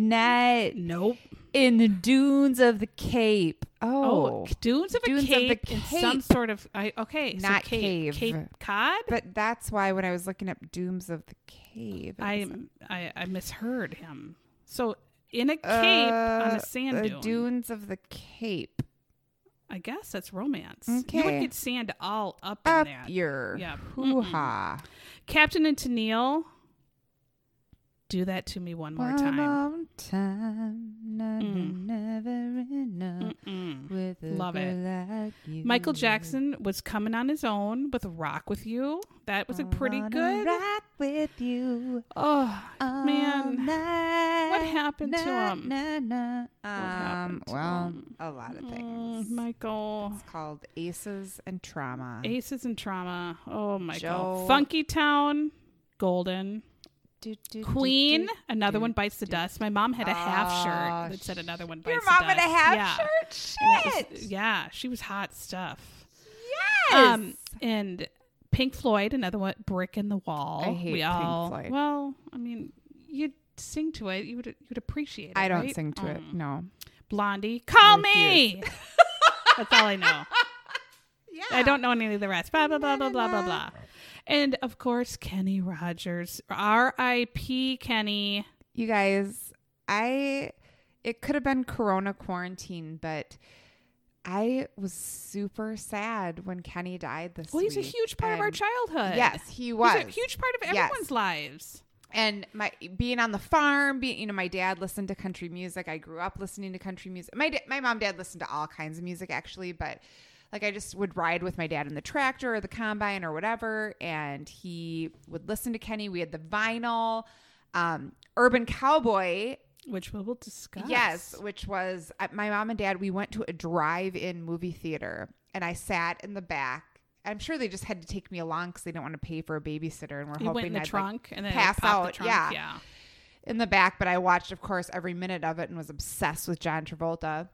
Speaker 3: midnight
Speaker 1: nope.
Speaker 3: in the dunes of the Cape.
Speaker 1: Oh,
Speaker 3: Oh.
Speaker 1: dunes of a
Speaker 3: Dunes of the
Speaker 1: cape, in some
Speaker 3: Cape.
Speaker 1: sort of I, okay,
Speaker 3: Not
Speaker 1: so cape,
Speaker 3: cave.
Speaker 1: Cape Cod.
Speaker 3: But that's why when I was looking up dunes of the Cape, it
Speaker 1: I,
Speaker 3: was
Speaker 1: I I misheard him. So in a cape on
Speaker 3: Uh,
Speaker 1: a sand
Speaker 3: the
Speaker 1: dune,
Speaker 3: dunes of the Cape.
Speaker 1: I guess that's romance. You would
Speaker 3: Okay.
Speaker 1: get sand all up in
Speaker 3: Up
Speaker 1: that.
Speaker 3: your
Speaker 1: Yep.
Speaker 3: hoo ha.
Speaker 1: Captain and Tennille, do that to me one more time.
Speaker 3: One time, no, no,
Speaker 1: Mm.
Speaker 3: never enough.
Speaker 1: Mm-mm.
Speaker 3: With a
Speaker 1: Love
Speaker 3: girl
Speaker 1: it.
Speaker 3: like you.
Speaker 1: Michael Jackson was coming on his own with "Rock with You." That was a
Speaker 3: I
Speaker 1: pretty
Speaker 3: wanna
Speaker 1: good.
Speaker 3: Rock with you.
Speaker 1: Oh
Speaker 3: all
Speaker 1: man,
Speaker 3: night.
Speaker 1: What happened to
Speaker 3: Na,
Speaker 1: him?
Speaker 3: na, na. Um,
Speaker 1: happened to
Speaker 3: well,
Speaker 1: him?
Speaker 3: a lot of
Speaker 1: Mm,
Speaker 3: things.
Speaker 1: Michael.
Speaker 3: it's called Aces and Trauma.
Speaker 1: Aces and Trauma. Oh my
Speaker 3: Joe.
Speaker 1: god. Funky Town. Golden.
Speaker 3: Do, do, do,
Speaker 1: Queen.
Speaker 3: do.
Speaker 1: Another
Speaker 3: do,
Speaker 1: one bites the dust. My mom had a half
Speaker 3: Oh,
Speaker 1: shirt that said another one bites
Speaker 3: Your
Speaker 1: the
Speaker 3: mom
Speaker 1: dust.
Speaker 3: in a half
Speaker 1: yeah.
Speaker 3: shirt?
Speaker 1: And that
Speaker 3: Shit.
Speaker 1: was- yeah, she was hot stuff.
Speaker 3: Yes.
Speaker 1: Um and Pink Floyd, another one Brick in the Wall.
Speaker 3: I hate
Speaker 1: we
Speaker 3: Pink
Speaker 1: all
Speaker 3: Floyd.
Speaker 1: Well, I mean, you'd sing to it. You would you'd appreciate it.
Speaker 3: I don't
Speaker 1: right?
Speaker 3: sing to it.
Speaker 1: Um,
Speaker 3: No.
Speaker 1: Blondie. Call me.
Speaker 3: refuse.
Speaker 1: That's all I know.
Speaker 3: Yeah.
Speaker 1: I don't know any of the rest. Blah blah blah blah blah blah blah. And of course, Kenny Rogers, R.I.P. Kenny.
Speaker 3: You guys, I it could have been corona quarantine, but I was super sad when Kenny died this
Speaker 1: Well, he's a
Speaker 3: week,
Speaker 1: huge part of our
Speaker 3: and-
Speaker 1: childhood.
Speaker 3: Yes, he
Speaker 1: He's
Speaker 3: was.
Speaker 1: a huge part of
Speaker 3: Yes.
Speaker 1: everyone's lives.
Speaker 3: and my being on the farm, being you know, my dad listened to country music. I grew up listening to country music. My da- my mom, and dad listened to all kinds of music actually, but like I just would ride with my dad in the tractor or the combine or whatever, and he would listen to Kenny. We had the vinyl, um, Urban Cowboy.
Speaker 1: Which we will discuss.
Speaker 3: Yes, which was uh, my mom and dad. We went to a drive-in movie theater, and I sat in the back. I'm sure they just had to take me along because they didn't want to pay for a babysitter, and we're
Speaker 1: He
Speaker 3: hoping
Speaker 1: went in the
Speaker 3: I'd, like,
Speaker 1: trunk and then it
Speaker 3: pass
Speaker 1: popped the
Speaker 3: out,
Speaker 1: trunk.
Speaker 3: yeah.
Speaker 1: yeah.
Speaker 3: in the back, but I watched, of course, every minute of it and was obsessed with John Travolta.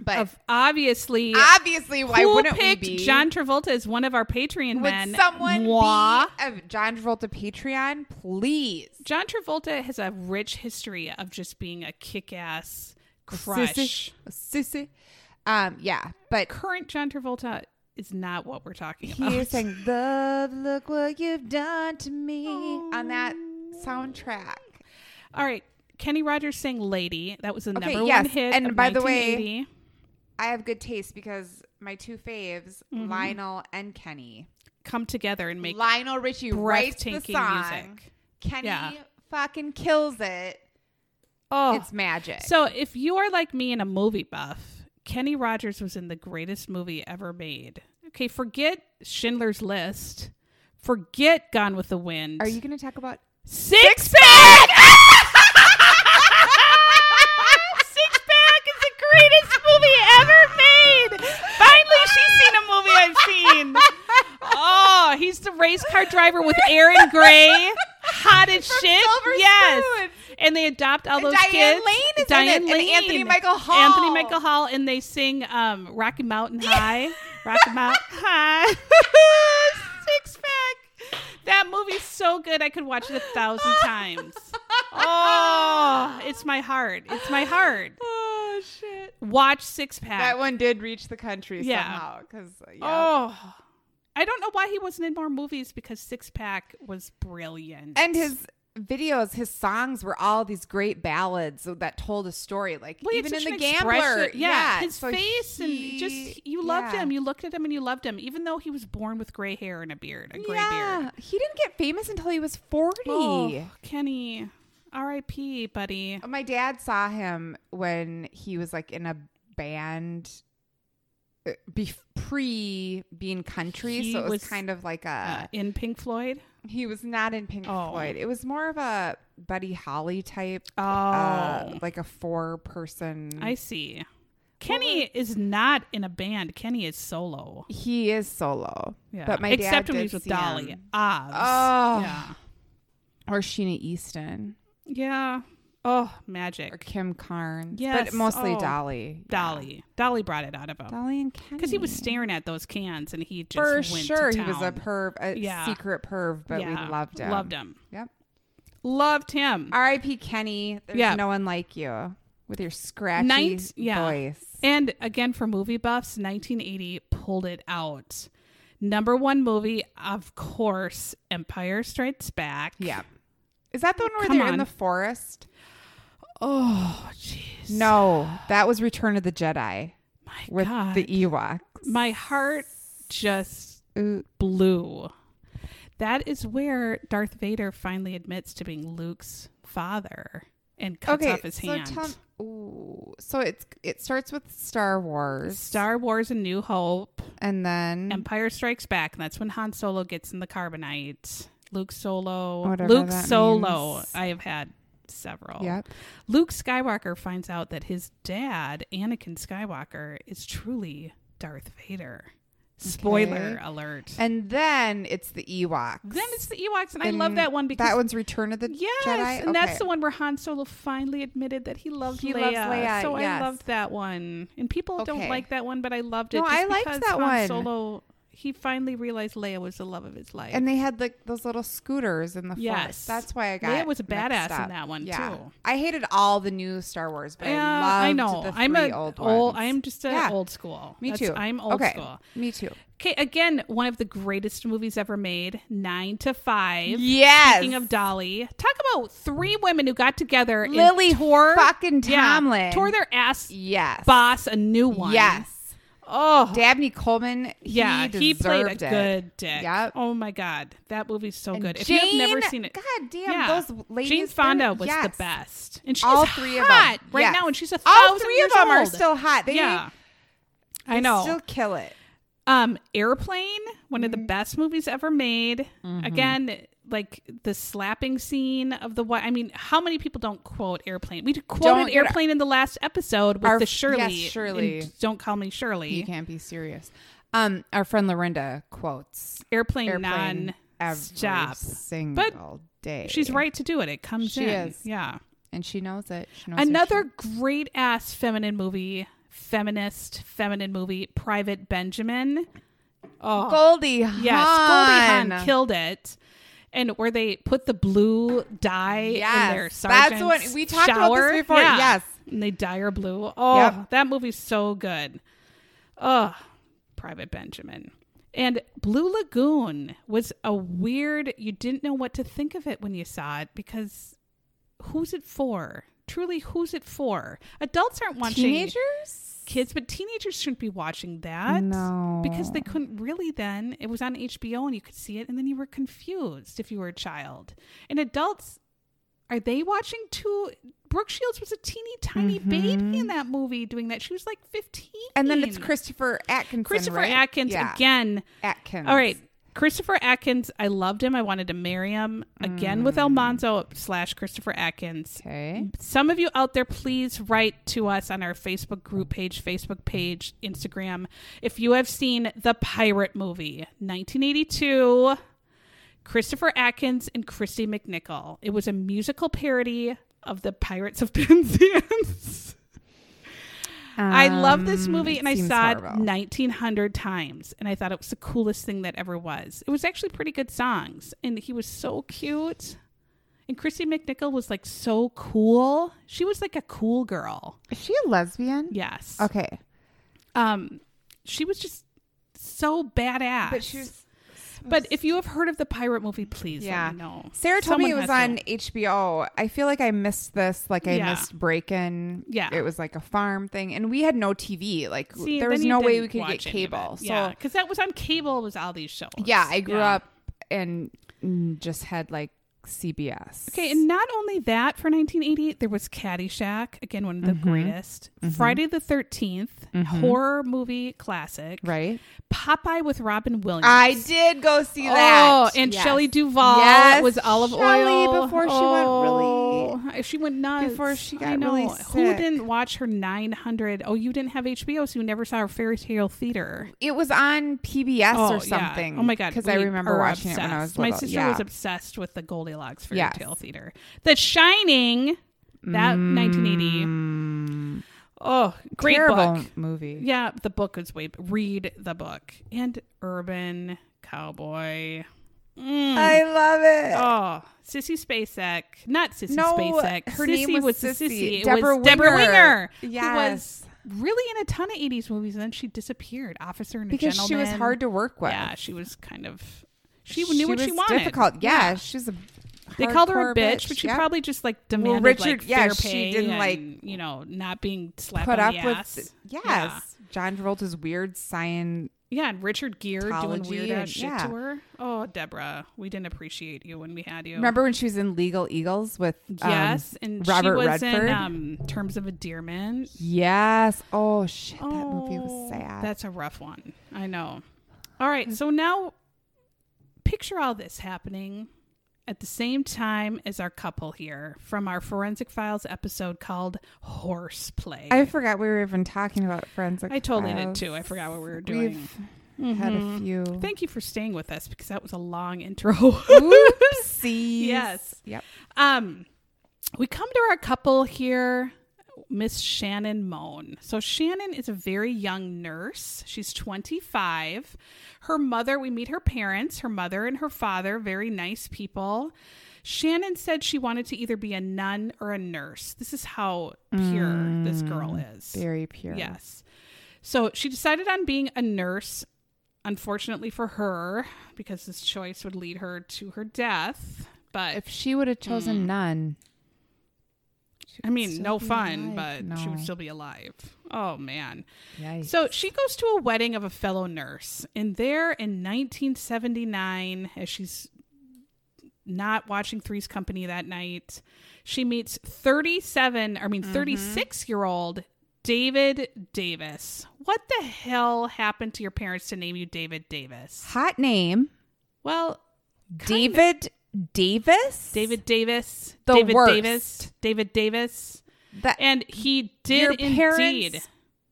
Speaker 3: But
Speaker 1: Of obviously,
Speaker 3: obviously, why
Speaker 1: who
Speaker 3: wouldn't
Speaker 1: picked
Speaker 3: we be?
Speaker 1: John Travolta as one of our Patreon
Speaker 3: would
Speaker 1: men?
Speaker 3: someone
Speaker 1: Moi.
Speaker 3: be a John Travolta Patreon, please?
Speaker 1: John Travolta has a rich history of just being a kick-ass crush.
Speaker 3: Sissy. Sissy. Um, yeah, but
Speaker 1: current John Travolta is not what we're talking about.
Speaker 3: he sang "Love, look what you've done to me" on that soundtrack.
Speaker 1: All right. Kenny Rogers sang Lady. That was the
Speaker 3: Okay,
Speaker 1: number one
Speaker 3: yes,
Speaker 1: hit.
Speaker 3: and
Speaker 1: of
Speaker 3: by the way-
Speaker 1: 1980.
Speaker 3: I have good taste because my two faves, Lionel and Kenny.
Speaker 1: come together and make
Speaker 3: Lionel Richie writes the
Speaker 1: breathtaking
Speaker 3: song.
Speaker 1: music.
Speaker 3: Kenny
Speaker 1: Yeah.
Speaker 3: fucking kills it.
Speaker 1: Oh,
Speaker 3: It's magic.
Speaker 1: so if you are like me and a movie buff, Kenny Rogers was in the greatest movie ever made. Okay, forget Schindler's List. Forget Gone with the Wind.
Speaker 3: are you going to talk about
Speaker 1: six pack?
Speaker 3: Six Pack is the greatest movie ever made.
Speaker 1: Finally, she's seen a movie I've seen. Oh, he's the race car driver with Aaron Gray. Hot as shit.
Speaker 3: Silver
Speaker 1: yes.
Speaker 3: Spoon.
Speaker 1: And and they adopt all those
Speaker 3: Diane
Speaker 1: kids.
Speaker 3: Lane is in it, and Anthony Michael Hall.
Speaker 1: Anthony Michael Hall, and they sing um, Rocky Mountain High. Rocky Mountain High. Six pack. That movie's so good. I could watch it a thousand times. Oh, it's my heart. It's my heart.
Speaker 3: Oh shit!
Speaker 1: Watch Six Pack.
Speaker 3: That one did reach the country
Speaker 1: Yeah.
Speaker 3: somehow. uh, Because
Speaker 1: Oh. I don't know why he wasn't in more movies because Six Pack was brilliant.
Speaker 3: and his videos, his songs were all these great ballads that told a story. Like
Speaker 1: Well, he had
Speaker 3: even in
Speaker 1: such
Speaker 3: the
Speaker 1: an
Speaker 3: Gambler,
Speaker 1: expression- Yeah, his
Speaker 3: so
Speaker 1: face and
Speaker 3: he-
Speaker 1: just you loved
Speaker 3: yeah.
Speaker 1: him. You looked at him and you loved him, even though he was born with gray hair and a beard, a gray
Speaker 3: yeah,
Speaker 1: beard.
Speaker 3: he didn't get famous until he was forty.
Speaker 1: Oh, Kenny, R.I.P. Buddy.
Speaker 3: My dad saw him when he was like in a band uh, bef pre being country,
Speaker 1: He
Speaker 3: so it was,
Speaker 1: was,
Speaker 3: kind of like a
Speaker 1: Uh, in Pink Floyd.
Speaker 3: he was not in Pink
Speaker 1: Oh.
Speaker 3: Floyd. It was more of a Buddy Holly type,
Speaker 1: Oh,
Speaker 3: uh, like a four person.
Speaker 1: I see. Kenny is not in a band. Kenny is solo.
Speaker 3: he is solo,
Speaker 1: Yeah.
Speaker 3: but my
Speaker 1: except
Speaker 3: dad
Speaker 1: when he
Speaker 3: did
Speaker 1: was with
Speaker 3: see
Speaker 1: Dolly.
Speaker 3: him.
Speaker 1: Oz.
Speaker 3: Oh.
Speaker 1: Yeah.
Speaker 3: or Sheena Easton
Speaker 1: Yeah. Oh, magic.
Speaker 3: or Kim Carnes,
Speaker 1: Yes.
Speaker 3: but mostly
Speaker 1: Oh.
Speaker 3: Dolly, Yeah.
Speaker 1: Dolly. Dolly brought it out of him.
Speaker 3: Dolly and Kenny,
Speaker 1: Because he was staring at those cans and he just
Speaker 3: for
Speaker 1: went
Speaker 3: sure
Speaker 1: to
Speaker 3: he was a
Speaker 1: town.
Speaker 3: perv, a
Speaker 1: Yeah.
Speaker 3: secret perv, but
Speaker 1: Yeah.
Speaker 3: we loved him,
Speaker 1: Loved him.
Speaker 3: Yep.
Speaker 1: Loved him.
Speaker 3: R.I.P. Kenny. There's
Speaker 1: Yeah.
Speaker 3: no one like you with your scratchy
Speaker 1: Night- yeah.
Speaker 3: voice.
Speaker 1: And again, for movie buffs, 1980 pulled it out. Number one movie, of course, Empire Strikes Back.
Speaker 3: Yeah. Is that the one where
Speaker 1: Come
Speaker 3: they're
Speaker 1: on.
Speaker 3: in the forest?
Speaker 1: Oh, jeez.
Speaker 3: No, that was Return of the Jedi
Speaker 1: My
Speaker 3: with
Speaker 1: God.
Speaker 3: the Ewoks.
Speaker 1: My heart just
Speaker 3: Ooh.
Speaker 1: blew. That is where Darth Vader finally admits to being Luke's father and cuts
Speaker 3: okay,
Speaker 1: off his hand.
Speaker 3: so tell ooh, so it's it starts with Star Wars,
Speaker 1: Star Wars: A New Hope.
Speaker 3: and then
Speaker 1: Empire Strikes Back, and that's when Han Solo gets in the carbonite. Luke Solo.
Speaker 3: Whatever
Speaker 1: Luke
Speaker 3: that
Speaker 1: Solo.
Speaker 3: means.
Speaker 1: I have had several.
Speaker 3: Yep.
Speaker 1: Luke Skywalker finds out that his dad, Anakin Skywalker, is truly Darth Vader. Spoiler
Speaker 3: Okay.
Speaker 1: alert.
Speaker 3: and then it's the Ewoks.
Speaker 1: then it's the Ewoks, and, I love that one because
Speaker 3: Mm, that one's Return of the
Speaker 1: yes,
Speaker 3: Jedi.
Speaker 1: and that's
Speaker 3: Okay.
Speaker 1: the one where Han Solo finally admitted that he loved
Speaker 3: He
Speaker 1: Leia.
Speaker 3: loves Leia,
Speaker 1: So
Speaker 3: yes.
Speaker 1: I loved that one, and people don't
Speaker 3: Okay.
Speaker 1: like that one, but I loved it.
Speaker 3: No,
Speaker 1: just
Speaker 3: I liked
Speaker 1: because
Speaker 3: that
Speaker 1: Han
Speaker 3: one.
Speaker 1: Solo. He finally realized Leia was the love of his life.
Speaker 3: And they had like those little scooters in the
Speaker 1: Yes.
Speaker 3: forest. That's why I got.
Speaker 1: Leia was a
Speaker 3: mixed
Speaker 1: badass in
Speaker 3: up.
Speaker 1: that one, too.
Speaker 3: I hated all the new Star Wars, but
Speaker 1: Yeah,
Speaker 3: I
Speaker 1: I
Speaker 3: loved
Speaker 1: know.
Speaker 3: The 3
Speaker 1: I'm a
Speaker 3: old.
Speaker 1: old.
Speaker 3: ones.
Speaker 1: I'm just a
Speaker 3: Yeah.
Speaker 1: old school.
Speaker 3: Me
Speaker 1: That's-
Speaker 3: too.
Speaker 1: I'm old
Speaker 3: okay.
Speaker 1: school.
Speaker 3: Me too.
Speaker 1: Okay, again, one of the greatest movies ever made, Nine to Five.
Speaker 3: Yes.
Speaker 1: Speaking of Dolly, talk about three women who got together. and
Speaker 3: Lily
Speaker 1: tore
Speaker 3: fucking
Speaker 1: yeah,
Speaker 3: Tomlin.
Speaker 1: tore their ass
Speaker 3: Yes.
Speaker 1: boss a new one.
Speaker 3: Yes.
Speaker 1: Oh,
Speaker 3: Dabney Coleman.
Speaker 1: yeah. He,
Speaker 3: He,
Speaker 1: played a
Speaker 3: deserved it.
Speaker 1: good dick.
Speaker 3: Yep.
Speaker 1: Oh my god, that movie's so
Speaker 3: And
Speaker 1: good. If
Speaker 3: Jane,
Speaker 1: you've never seen it,
Speaker 3: God damn,
Speaker 1: yeah.
Speaker 3: those ladies.
Speaker 1: Jane
Speaker 3: they're-
Speaker 1: Fonda was
Speaker 3: yes.
Speaker 1: the best, and she's
Speaker 3: All three
Speaker 1: hot
Speaker 3: of them.
Speaker 1: right
Speaker 3: Yes.
Speaker 1: now, and she's a thousand
Speaker 3: all three of
Speaker 1: years
Speaker 3: them are
Speaker 1: old.
Speaker 3: still hot. They,
Speaker 1: yeah. I
Speaker 3: they
Speaker 1: know.
Speaker 3: Still Mm-hmm. kill it.
Speaker 1: Um, Airplane, one of the best movies ever made.
Speaker 3: Mm-hmm.
Speaker 1: Again, like the slapping scene of the what? I mean, how many people don't quote Airplane? We quoted
Speaker 3: Don't get-
Speaker 1: Airplane in the last episode with
Speaker 3: Our-
Speaker 1: the Shirley.
Speaker 3: yes, Shirley.
Speaker 1: and don't call me Shirley.
Speaker 3: You can't be serious. Um, our friend Lorinda quotes
Speaker 1: Airplane,
Speaker 3: airplane
Speaker 1: non
Speaker 3: every
Speaker 1: stop.
Speaker 3: single day.
Speaker 1: She's right to do it. It comes
Speaker 3: She
Speaker 1: in.
Speaker 3: is.
Speaker 1: Yeah.
Speaker 3: and she knows it. She knows her
Speaker 1: Another great ass feminine movie, feminist feminine movie, Private Benjamin.
Speaker 3: shit.
Speaker 1: Oh,
Speaker 3: Goldie
Speaker 1: Yes, Goldie Hawn
Speaker 3: Hawn.
Speaker 1: killed it. And where they put the blue dye
Speaker 3: Yes,
Speaker 1: in their
Speaker 3: that's
Speaker 1: sergeant's
Speaker 3: what- we talked about this
Speaker 1: shower.
Speaker 3: before, yes.
Speaker 1: and they dye her blue. Oh,
Speaker 3: Yep.
Speaker 1: that movie's so good. Oh, Private Benjamin and Blue Lagoon was a weird. You didn't know what to think of it when you saw it because who's it for? Truly, who's it for? Adults aren't watching
Speaker 3: Teenagers?
Speaker 1: kids, but teenagers shouldn't be watching that.
Speaker 3: No.
Speaker 1: Because they couldn't really then. It was on HBO and you could see it, and then you were confused if you were a child. And adults, are they watching too? Brooke Shields was a teeny tiny baby in that movie doing that. She was like 15.
Speaker 3: Mm-hmm. And then it's Christopher Atkinson.
Speaker 1: Christopher
Speaker 3: right?
Speaker 1: Atkins
Speaker 3: Yeah.
Speaker 1: again.
Speaker 3: Atkins.
Speaker 1: All right. Christopher Atkins, I loved him. I wanted to marry him again with
Speaker 3: Mm.
Speaker 1: Almanzo slash Christopher Atkins
Speaker 3: Okay.
Speaker 1: some of you out there please write to us on our facebook group page facebook page instagram if you have seen the pirate movie 1982 christopher atkins and christy mcnichol it was a musical parody of the Pirates of Penzance. I love this
Speaker 3: Um,
Speaker 1: movie,
Speaker 3: it
Speaker 1: and I
Speaker 3: seems
Speaker 1: saw
Speaker 3: horrible.
Speaker 1: it 1900 times, and I thought it was the coolest thing that ever was. It was actually pretty good songs, and he was so cute. And Christy McNichol was like so cool. She was like a cool girl.
Speaker 3: Is she a lesbian?
Speaker 1: Yes.
Speaker 3: Okay.
Speaker 1: Um, she was just so badass.
Speaker 3: But she was.
Speaker 1: But if you have heard of the pirate movie, please
Speaker 3: Yeah.
Speaker 1: let me know.
Speaker 3: Sarah told me it
Speaker 1: Someone
Speaker 3: was
Speaker 1: has
Speaker 3: on
Speaker 1: to.
Speaker 3: HBO. I feel like I missed this. Like I
Speaker 1: Yeah.
Speaker 3: missed Breakin.
Speaker 1: Yeah.
Speaker 3: It was like a farm thing, and we had no TV. Like
Speaker 1: See,
Speaker 3: there
Speaker 1: then
Speaker 3: was
Speaker 1: you
Speaker 3: no way
Speaker 1: didn't
Speaker 3: we could get
Speaker 1: watch any of it.
Speaker 3: cable. So
Speaker 1: yeah,
Speaker 3: yeah,
Speaker 1: because that was on cable. Was all these shows?
Speaker 3: I grew
Speaker 1: Yeah.
Speaker 3: up and mm, just had like CBS.
Speaker 1: Okay, and not only that, for 1988, there was Caddyshack, again one of the greatest. Friday the 13th, horror movie classic.
Speaker 3: right.
Speaker 1: Popeye with Robin Williams.
Speaker 3: I did go see
Speaker 1: Oh,
Speaker 3: that.
Speaker 1: and
Speaker 3: Yes.
Speaker 1: Shelley Duvall
Speaker 3: Yes,
Speaker 1: was olive
Speaker 3: Shelley
Speaker 1: oil
Speaker 3: before she went really-
Speaker 1: really. She went nuts
Speaker 3: Before she
Speaker 1: I
Speaker 3: got
Speaker 1: know.
Speaker 3: really
Speaker 1: Who
Speaker 3: sick.
Speaker 1: didn't watch her 900? Oh, you didn't have HBO, so you never saw her Fairy Tale Theater
Speaker 3: It was on PBS
Speaker 1: yeah.
Speaker 3: or something.
Speaker 1: Oh my god!
Speaker 3: because I
Speaker 1: we
Speaker 3: remember
Speaker 1: are
Speaker 3: watching it when I was
Speaker 1: obsessed.
Speaker 3: little.
Speaker 1: My sister
Speaker 3: yeah.
Speaker 1: was obsessed with the Goldilocks fairy
Speaker 3: Yes. Mm.
Speaker 1: tale theater. The Shining, that 1980. Oh, great
Speaker 3: terrible
Speaker 1: book.
Speaker 3: movie.
Speaker 1: Yeah, the book is way. Read the book and Urban Cowboy. Mm.
Speaker 3: I love it.
Speaker 1: Oh, Sissy Spacek. Not Sissy
Speaker 3: Eh. No,
Speaker 1: Spacek.
Speaker 3: her
Speaker 1: Sissy
Speaker 3: name was
Speaker 1: the
Speaker 3: Sissy.
Speaker 1: Sissy. It
Speaker 3: Deborah
Speaker 1: was Deborah
Speaker 3: Winger.
Speaker 1: Winger. Who was
Speaker 3: Yes.
Speaker 1: really in a ton of 80s movies, and then she disappeared. Officer and a
Speaker 3: because she was
Speaker 1: Gentleman.
Speaker 3: hard to work with.
Speaker 1: Yeah, she was kind of. She knew what she
Speaker 3: was
Speaker 1: wanted.
Speaker 3: Difficult. Yeah, she was a.
Speaker 1: They called her
Speaker 3: hardcore
Speaker 1: a bitch, but she
Speaker 3: yeah.
Speaker 1: probably just like demanded
Speaker 3: Richard-
Speaker 1: like
Speaker 3: yeah,
Speaker 1: fair
Speaker 3: she
Speaker 1: pay
Speaker 3: didn't,
Speaker 1: and,
Speaker 3: like,
Speaker 1: you know not being slapped
Speaker 3: put
Speaker 1: on
Speaker 3: up
Speaker 1: the ass.
Speaker 3: with. Yes,
Speaker 1: Yeah.
Speaker 3: John Travolta's weird sign.
Speaker 1: yeah, and Richard Gere doing
Speaker 3: Apology
Speaker 1: weird ass
Speaker 3: and-
Speaker 1: shit
Speaker 3: yeah.
Speaker 1: to her. Oh, Deborah, we didn't appreciate you when we had you.
Speaker 3: Remember when she was in Legal Eagles with um,
Speaker 1: Yes, and
Speaker 3: Robert
Speaker 1: she was
Speaker 3: Redford?
Speaker 1: in um, Terms of Endearment.
Speaker 3: yes. Oh shit, that movie
Speaker 1: Oh,
Speaker 3: was sad.
Speaker 1: That's a rough one. I know. All right, so now picture all this happening at the same time as our couple here from our Forensic Files episode called Horseplay.
Speaker 3: I forgot we were even talking about forensic.
Speaker 1: I totally did
Speaker 3: files.
Speaker 1: too. I forgot what we were doing. Mm-hmm.
Speaker 3: We've had a few.
Speaker 1: Thank you for staying with us because that was a long intro.
Speaker 3: Oopsies.
Speaker 1: Yes.
Speaker 3: Yep.
Speaker 1: Um, we come to our couple here, Miss Shannon Moan. So Shannon is a very young nurse. She's 25. Her mother, we meet her parents, her mother and her father, very nice people. Shannon said she wanted to either be a nun or a nurse. This is how pure this girl is.
Speaker 3: Very Mm, pure.
Speaker 1: Yes. So she decided on being a nurse, unfortunately for her, because this choice would lead her to her death. But
Speaker 3: If she would have chosen none,
Speaker 1: Mm. I mean,
Speaker 3: still
Speaker 1: no
Speaker 3: be
Speaker 1: fun,
Speaker 3: alive.
Speaker 1: but she would
Speaker 3: No.
Speaker 1: still be alive. Oh man.
Speaker 3: yikes.
Speaker 1: So she goes to a wedding of a fellow nurse, and there in 1979, as she's not watching Three's Company that night, she meets 37, I mean 36 year old David Davis. What the hell happened to your parents to name you David Davis?
Speaker 3: hot name.
Speaker 1: Well, kind of-
Speaker 3: David Davis?
Speaker 1: David Davis,
Speaker 3: The
Speaker 1: David
Speaker 3: worst.
Speaker 1: Davis, David Davis,
Speaker 3: That
Speaker 1: and he did
Speaker 3: Your
Speaker 1: indeed.
Speaker 3: parents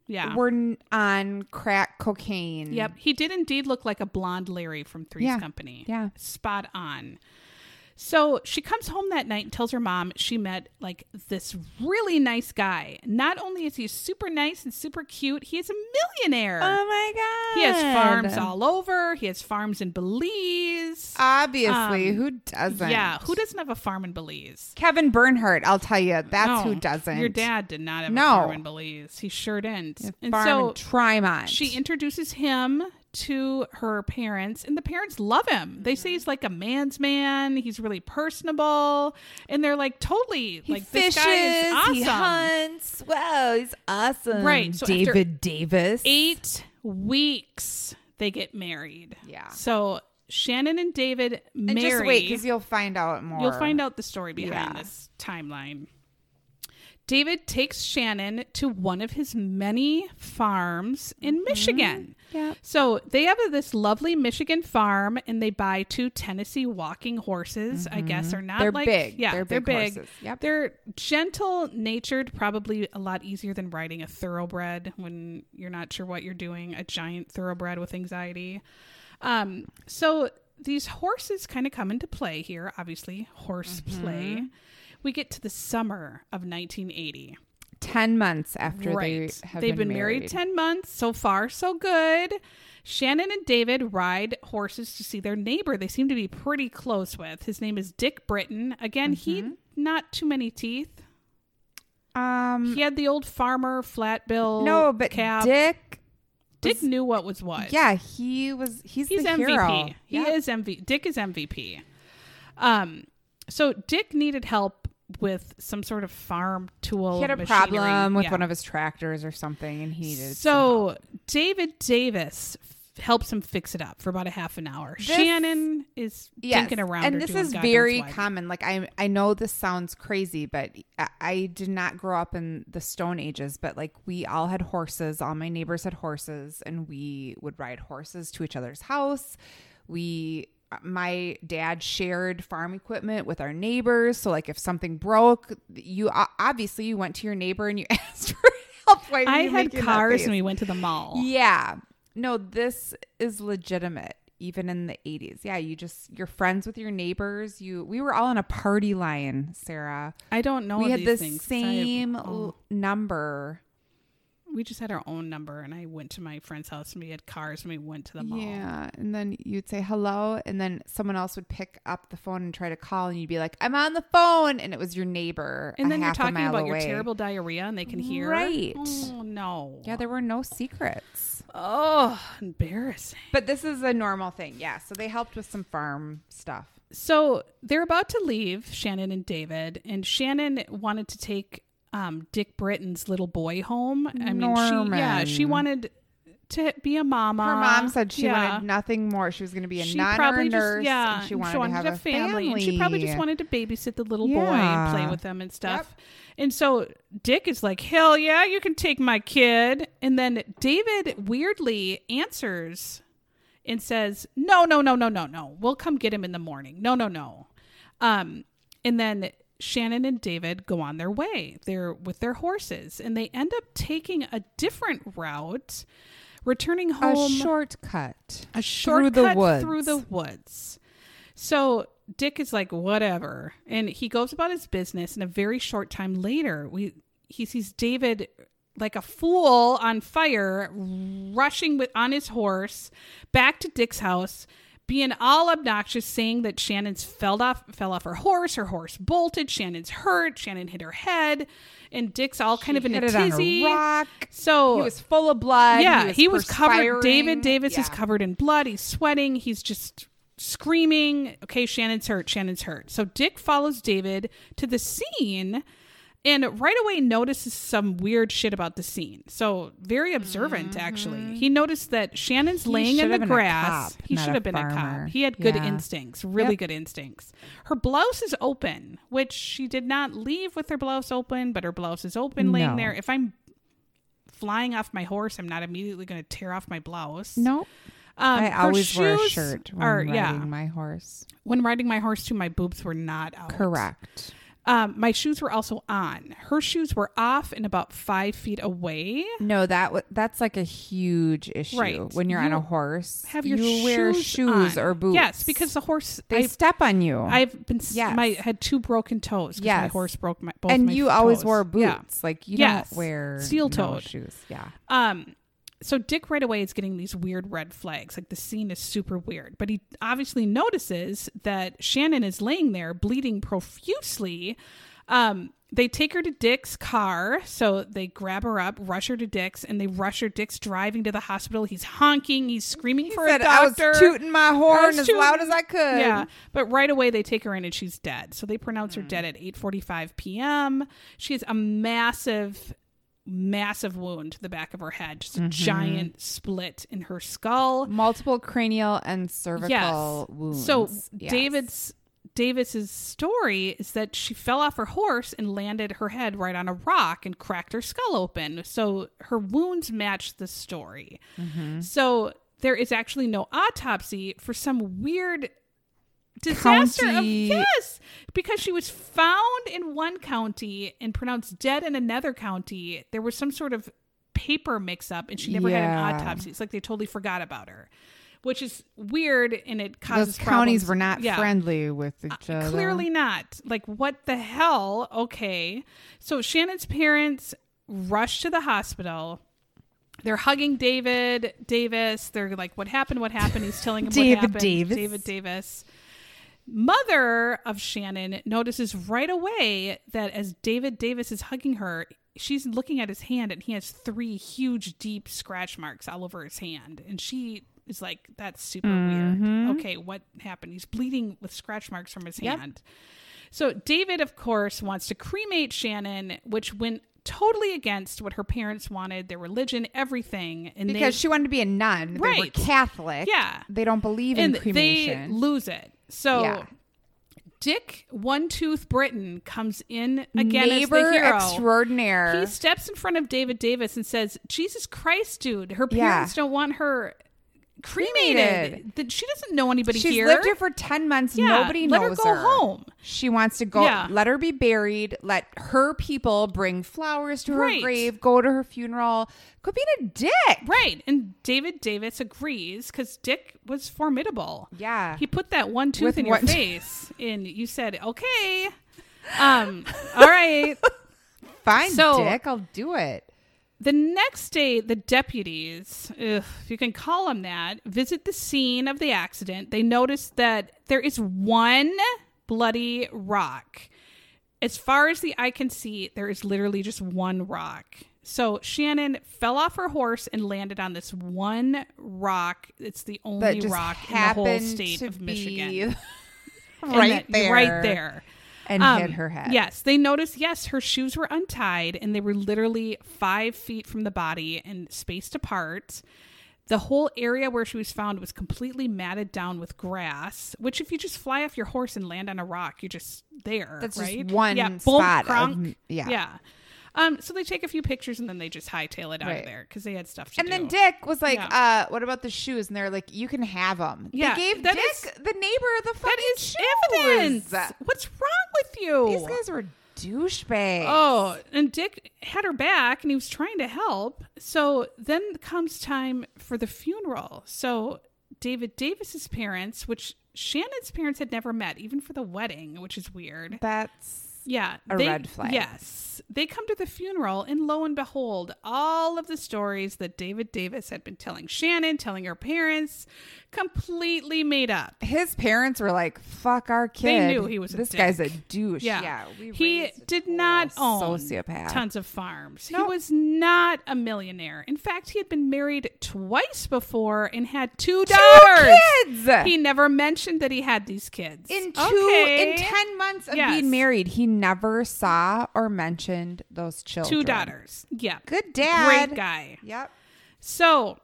Speaker 1: Yeah.
Speaker 3: were n- on crack cocaine.
Speaker 1: Yep, he did indeed look like a blonde Larry from Three's
Speaker 3: Yeah.
Speaker 1: Company.
Speaker 3: Yeah.
Speaker 1: Spot on. So she comes home that night and tells her mom she met like this really nice guy. Not only is he super nice and super cute, he is a millionaire.
Speaker 3: Oh my god.
Speaker 1: he has farms all over. He has farms in Belize.
Speaker 3: Obviously,
Speaker 1: Um,
Speaker 3: who doesn't?
Speaker 1: yeah, who doesn't have a farm in Belize?
Speaker 3: Kevin Bernhardt, I'll tell you,
Speaker 1: No,
Speaker 3: that's who doesn't.
Speaker 1: Your dad did not have a
Speaker 3: No.
Speaker 1: farm in Belize. He sure didn't. and
Speaker 3: Farm
Speaker 1: so
Speaker 3: in Tremont.
Speaker 1: she introduces him to her parents and the parents love him they say
Speaker 3: Mm-hmm.
Speaker 1: he's like a man's man he's really personable and they're like totally
Speaker 3: he
Speaker 1: like
Speaker 3: fishes,
Speaker 1: this guy is awesome
Speaker 3: he hunts. Wow, he's awesome.
Speaker 1: Right, so after
Speaker 3: David Davis.
Speaker 1: eight weeks they get married
Speaker 3: Yeah.
Speaker 1: so shannon and david
Speaker 3: And
Speaker 1: marry
Speaker 3: just wait, because you'll find out more.
Speaker 1: You'll find out the story behind
Speaker 3: Yeah.
Speaker 1: this timeline. David takes Shannon to one of his many farms
Speaker 3: Mm-hmm.
Speaker 1: in Michigan.
Speaker 3: Yep.
Speaker 1: So they have this lovely Michigan farm and they buy two Tennessee walking horses, I guess, are not
Speaker 3: Mm-hmm. They're
Speaker 1: like
Speaker 3: big.
Speaker 1: Yeah,
Speaker 3: They're
Speaker 1: they're
Speaker 3: big
Speaker 1: big.
Speaker 3: horses. Yep.
Speaker 1: They're gentle natured, probably a lot easier than riding a thoroughbred when you're not sure what you're doing, a giant thoroughbred with anxiety. Um,
Speaker 3: Mm-hmm.
Speaker 1: so these horses kind of come into play here, obviously, horse play. We get to the summer of 1980.
Speaker 3: 10 months after they have
Speaker 1: They've been, married. 10 months. So far, so good. Shannon and David ride horses to see their neighbor they seem to be pretty close with. His name is Dick Britton. Again,
Speaker 3: Mm-hmm.
Speaker 1: he not too many teeth.
Speaker 3: um
Speaker 1: He had the old farmer flat bill.
Speaker 3: no but
Speaker 1: cap.
Speaker 3: dick
Speaker 1: Dick knew what was what.
Speaker 3: yeah he was he's,
Speaker 1: he's
Speaker 3: the
Speaker 1: MVP.
Speaker 3: hero
Speaker 1: He
Speaker 3: Yep.
Speaker 1: is MVP. Dick is MVP. Um, so Dick needed help with some sort of farm tool.
Speaker 3: he had a
Speaker 1: machinery.
Speaker 3: problem with
Speaker 1: Yeah.
Speaker 3: one of his tractors or something and he needed some help.
Speaker 1: So David Davis f- helps him fix it up for about a half an hour.
Speaker 3: This-
Speaker 1: Shannon is
Speaker 3: Yes.
Speaker 1: dinking around, or
Speaker 3: and this
Speaker 1: doing
Speaker 3: is
Speaker 1: God knows
Speaker 3: very
Speaker 1: what.
Speaker 3: common like i i know this sounds crazy but I, I did not grow up in the stone ages but like we all had horses all my neighbors had horses and we would ride horses to each other's house we uh, my dad shared farm equipment with our neighbors so like if something broke you o- obviously you went to your neighbor and you asked for help Why are
Speaker 1: I
Speaker 3: you
Speaker 1: had
Speaker 3: making that
Speaker 1: cars
Speaker 3: face?
Speaker 1: and we went to the mall.
Speaker 3: Yeah. No, this is legitimate even in the 80s. Yeah, you just you're friends with your neighbors. You we were all on a party line, Sarah.
Speaker 1: I don't know.
Speaker 3: we had
Speaker 1: these
Speaker 3: the
Speaker 1: things 'cause I have-
Speaker 3: same
Speaker 1: oh.
Speaker 3: l- number.
Speaker 1: we just had our own number, and I went to my friend's house, and we had cars, and we went to the mall.
Speaker 3: Yeah, and then you'd say hello and then someone else would pick up the phone and try to call and you'd be like, "I'm on the phone." And it was your neighbor.
Speaker 1: And
Speaker 3: a
Speaker 1: then you're
Speaker 3: half a
Speaker 1: talking
Speaker 3: mile
Speaker 1: about your
Speaker 3: away.
Speaker 1: terrible diarrhea, and they can hear.
Speaker 3: Right.
Speaker 1: Oh no.
Speaker 3: Yeah, there were no secrets.
Speaker 1: Oh, embarrassing.
Speaker 3: But this is a normal thing. Yeah, so they helped with some farm stuff.
Speaker 1: So they're about to leave, Shannon and David, and Shannon wanted to take um, Dick Britton's little boy home. I mean, she yeah, she
Speaker 3: Norman.
Speaker 1: wanted to be a mama.
Speaker 3: Her mom said she
Speaker 1: Uh-huh. Yeah.
Speaker 3: wanted nothing more. She was going to be a
Speaker 1: She
Speaker 3: nun or a
Speaker 1: probably just-
Speaker 3: nurse,
Speaker 1: yeah,
Speaker 3: and she wanted, to have a family.
Speaker 1: and she probably just wanted to babysit the little boy and play
Speaker 3: Yeah.
Speaker 1: with him and stuff. And so Dick is like, "Hell yeah, you can take my kid." And then David weirdly answers and says, "No, no, no, no, no, no. We'll come get him in the morning. No, no, no." Um, and then Shannon and David go on their way. They're with their horses, and they end up taking a different route, returning
Speaker 3: a
Speaker 1: home
Speaker 3: shortcut.
Speaker 1: a
Speaker 3: Through
Speaker 1: shortcut
Speaker 3: the
Speaker 1: through the woods.
Speaker 3: woods.
Speaker 1: So Dick is like, whatever, and he goes about his business. And a very short time later, we he sees David like a fool on fire, rushing with on his horse back to Dick's house. Being all obnoxious, saying that Shannon's fell off fell off her horse, her horse bolted, Shannon's hurt, Shannon hit her head, and Dick's all kind of in
Speaker 3: hit
Speaker 1: a
Speaker 3: it on a
Speaker 1: tizzy.
Speaker 3: rock.
Speaker 1: So
Speaker 3: He was full of blood.
Speaker 1: yeah, he was, covered.
Speaker 3: perspiring.
Speaker 1: David Davis is
Speaker 3: Yeah.
Speaker 1: covered in blood. He's sweating. He's just screaming. Okay, Shannon's hurt. Shannon's hurt. So Dick follows David to the scene and right away notices some weird shit about the scene. So very observant,
Speaker 3: Mm-hmm.
Speaker 1: actually. He noticed that Shannon's laying in
Speaker 3: should
Speaker 1: the
Speaker 3: have been a
Speaker 1: grass.
Speaker 3: cop,
Speaker 1: he
Speaker 3: not
Speaker 1: should
Speaker 3: a
Speaker 1: have been a
Speaker 3: farmer.
Speaker 1: cop. He had good
Speaker 3: Yeah.
Speaker 1: instincts, really
Speaker 3: Yep.
Speaker 1: good instincts. Her blouse is open, which she did not leave with her blouse open, but her blouse is open laying
Speaker 3: No.
Speaker 1: there. If I'm flying off my horse, I'm not immediately going to tear off my blouse.
Speaker 3: Nope.
Speaker 1: um,
Speaker 3: I
Speaker 1: her
Speaker 3: always wear a
Speaker 1: shoes
Speaker 3: shirt when
Speaker 1: are-
Speaker 3: riding
Speaker 1: yeah,
Speaker 3: my horse.
Speaker 1: when riding my horse too, my boobs were not out.
Speaker 3: Correct.
Speaker 1: Um, my shoes were also on. Her shoes were off and about five feet away.
Speaker 3: No, that w- that's like a huge issue
Speaker 1: Right.
Speaker 3: when you're on
Speaker 1: You
Speaker 3: a horse.
Speaker 1: Have your
Speaker 3: you
Speaker 1: shoes
Speaker 3: wear shoes
Speaker 1: on.
Speaker 3: or boots?
Speaker 1: Yes, because the horse.
Speaker 3: they
Speaker 1: I've,
Speaker 3: step on you.
Speaker 1: I've been. Yeah,
Speaker 3: Yes.
Speaker 1: My had two broken toes. Yeah, my
Speaker 3: Yes.
Speaker 1: horse broke my. Both
Speaker 3: and
Speaker 1: my
Speaker 3: you always
Speaker 1: toes.
Speaker 3: wore boots.
Speaker 1: Yeah.
Speaker 3: Like you
Speaker 1: Yes.
Speaker 3: don't wear no
Speaker 1: Steel-toed.
Speaker 3: shoes. Yeah.
Speaker 1: Um, so Dick right away is getting these weird red flags. Like the scene is super weird, but he obviously notices that Shannon is laying there bleeding profusely. Um, they take her to Dick's car, so they grab her up, rush her to Dick's, and they rush her. Dick's driving to the hospital. He's honking, he's screaming for
Speaker 3: said
Speaker 1: a doctor.
Speaker 3: I was tooting my
Speaker 1: I
Speaker 3: horn
Speaker 1: was
Speaker 3: as
Speaker 1: tooting-
Speaker 3: loud as I could.
Speaker 1: Yeah, but right away they take her in and she's dead. So they pronounce her dead at 8:45 p.m. She has a massive massive wound to the back of her head, just a giant split in her skull.
Speaker 3: Multiple cranial and cervical
Speaker 1: Yes.
Speaker 3: wounds.
Speaker 1: So
Speaker 3: Yes.
Speaker 1: David's Davis's story is that she fell off her horse and landed her head right on a rock and cracked her skull open. So her wounds match the story.
Speaker 3: Mm-hmm.
Speaker 1: So there is actually no autopsy for some weird disaster of
Speaker 3: County-
Speaker 1: yes because she was found in one county and pronounced dead in another county there was some sort of paper mix up and she never had an
Speaker 3: Yeah.
Speaker 1: autopsy it's like they totally forgot about her which is weird and it
Speaker 3: Those
Speaker 1: causes
Speaker 3: counties
Speaker 1: problems.
Speaker 3: were not
Speaker 1: Yeah. Uh,
Speaker 3: friendly with each other.
Speaker 1: Clearly not. Like, what the hell? Okay. So Shannon's parents rush to the hospital. They're hugging David Davis. They're like, what happened? What happened? He's telling him
Speaker 3: David
Speaker 1: what happened.
Speaker 3: Davis.
Speaker 1: David Davis. Mother of Shannon notices right away that as David Davis is hugging her, she's looking at his hand and he has three huge, deep scratch marks all over his hand. And she is like, that's super weird. Okay, what happened? He's bleeding with scratch marks from his hand. So David, of course, wants to cremate Shannon, which went totally against what her parents wanted, their religion, everything. And
Speaker 3: because
Speaker 1: they,
Speaker 3: she wanted to be a nun. They were
Speaker 1: Right.
Speaker 3: Catholic.
Speaker 1: Yeah.
Speaker 3: They don't believe in
Speaker 1: and they
Speaker 3: cremation.
Speaker 1: lose it. So
Speaker 3: Yeah.
Speaker 1: Dick One Tooth Britton comes in again
Speaker 3: Neighbor
Speaker 1: as the hero.
Speaker 3: extraordinaire.
Speaker 1: He steps in front of David Davis and says, "Jesus Christ, dude! Her
Speaker 3: Yeah.
Speaker 1: parents don't want her cremated.
Speaker 3: Cremated.
Speaker 1: That She doesn't know anybody
Speaker 3: She's
Speaker 1: here.
Speaker 3: lived here for 10 months.
Speaker 1: Yeah,
Speaker 3: Nobody
Speaker 1: let her
Speaker 3: knows
Speaker 1: go home.
Speaker 3: She wants to go.
Speaker 1: Yeah.
Speaker 3: Let her be buried. Let her people bring flowers to her
Speaker 1: Right.
Speaker 3: grave, go to her funeral. Could be a dick.
Speaker 1: Right. And David Davis agrees because Dick was formidable.
Speaker 3: Yeah.
Speaker 1: He put that one tooth
Speaker 3: With
Speaker 1: in
Speaker 3: one-
Speaker 1: your face and you said, okay. Um, all right.
Speaker 3: Fine,
Speaker 1: So-
Speaker 3: dick. I'll do it.
Speaker 1: The next day, the deputies, ugh, if you can call them that, visit the scene of the accident. They notice that there is one bloody rock. As far as the eye can see, there is literally just one rock. So Shannon fell off her horse and landed on this one rock. It's the
Speaker 3: That
Speaker 1: only
Speaker 3: just
Speaker 1: rock in the
Speaker 3: happened
Speaker 1: whole state
Speaker 3: to
Speaker 1: of
Speaker 3: be
Speaker 1: Michigan. And that-
Speaker 3: right there.
Speaker 1: Right there.
Speaker 3: And
Speaker 1: Um,
Speaker 3: hit her head.
Speaker 1: Yes, they noticed. Yes, her shoes were untied, and they were literally five feet from the body and spaced apart. The whole area where she was found was completely matted down with grass. Which, if you just fly off your horse and land on a rock, you're just there.
Speaker 3: That's just
Speaker 1: right?
Speaker 3: one
Speaker 1: yeah, Bonk,
Speaker 3: spot of-
Speaker 1: cronk.
Speaker 3: yeah.
Speaker 1: yeah. Um, so they take a few pictures and then they just hightail it out
Speaker 3: Right.
Speaker 1: of there because they had stuff to
Speaker 3: And
Speaker 1: do.
Speaker 3: then Dick was like,
Speaker 1: Yeah.
Speaker 3: uh, what about the shoes? And they're like, you can have them.
Speaker 1: Yeah,
Speaker 3: They gave
Speaker 1: that
Speaker 3: Dick,
Speaker 1: is-
Speaker 3: the neighbor, the fucking
Speaker 1: that is
Speaker 3: shoes.
Speaker 1: evidence. What's wrong with you?
Speaker 3: These guys were douchebags.
Speaker 1: Oh, and Dick had her back and he was trying to help. So then comes time for the funeral. So David Davis's parents, which Shannon's parents had never met, even for the wedding, which is weird.
Speaker 3: That's
Speaker 1: Yeah.
Speaker 3: A red flag.
Speaker 1: Yes. They come to the funeral, and lo and behold, all of the stories that David Davis had been telling Shannon, telling her parents, completely made up.
Speaker 3: his parents were like, "Fuck our kid."
Speaker 1: They knew he was a
Speaker 3: this guy's a
Speaker 1: dick.
Speaker 3: douche.
Speaker 1: Yeah,
Speaker 3: Yeah, we
Speaker 1: he
Speaker 3: raised a
Speaker 1: did
Speaker 3: total
Speaker 1: not own
Speaker 3: sociopath.
Speaker 1: tons of farms.
Speaker 3: Nope.
Speaker 1: He was not a millionaire. In fact, he had been married twice before and had two daughters.
Speaker 3: kids!
Speaker 1: He never mentioned that he had these kids.
Speaker 3: in two
Speaker 1: Okay.
Speaker 3: in ten months of
Speaker 1: Yes.
Speaker 3: being married, he never saw or mentioned those children.
Speaker 1: two daughters. Yeah,
Speaker 3: Good dad.
Speaker 1: great guy.
Speaker 3: Yep.
Speaker 1: So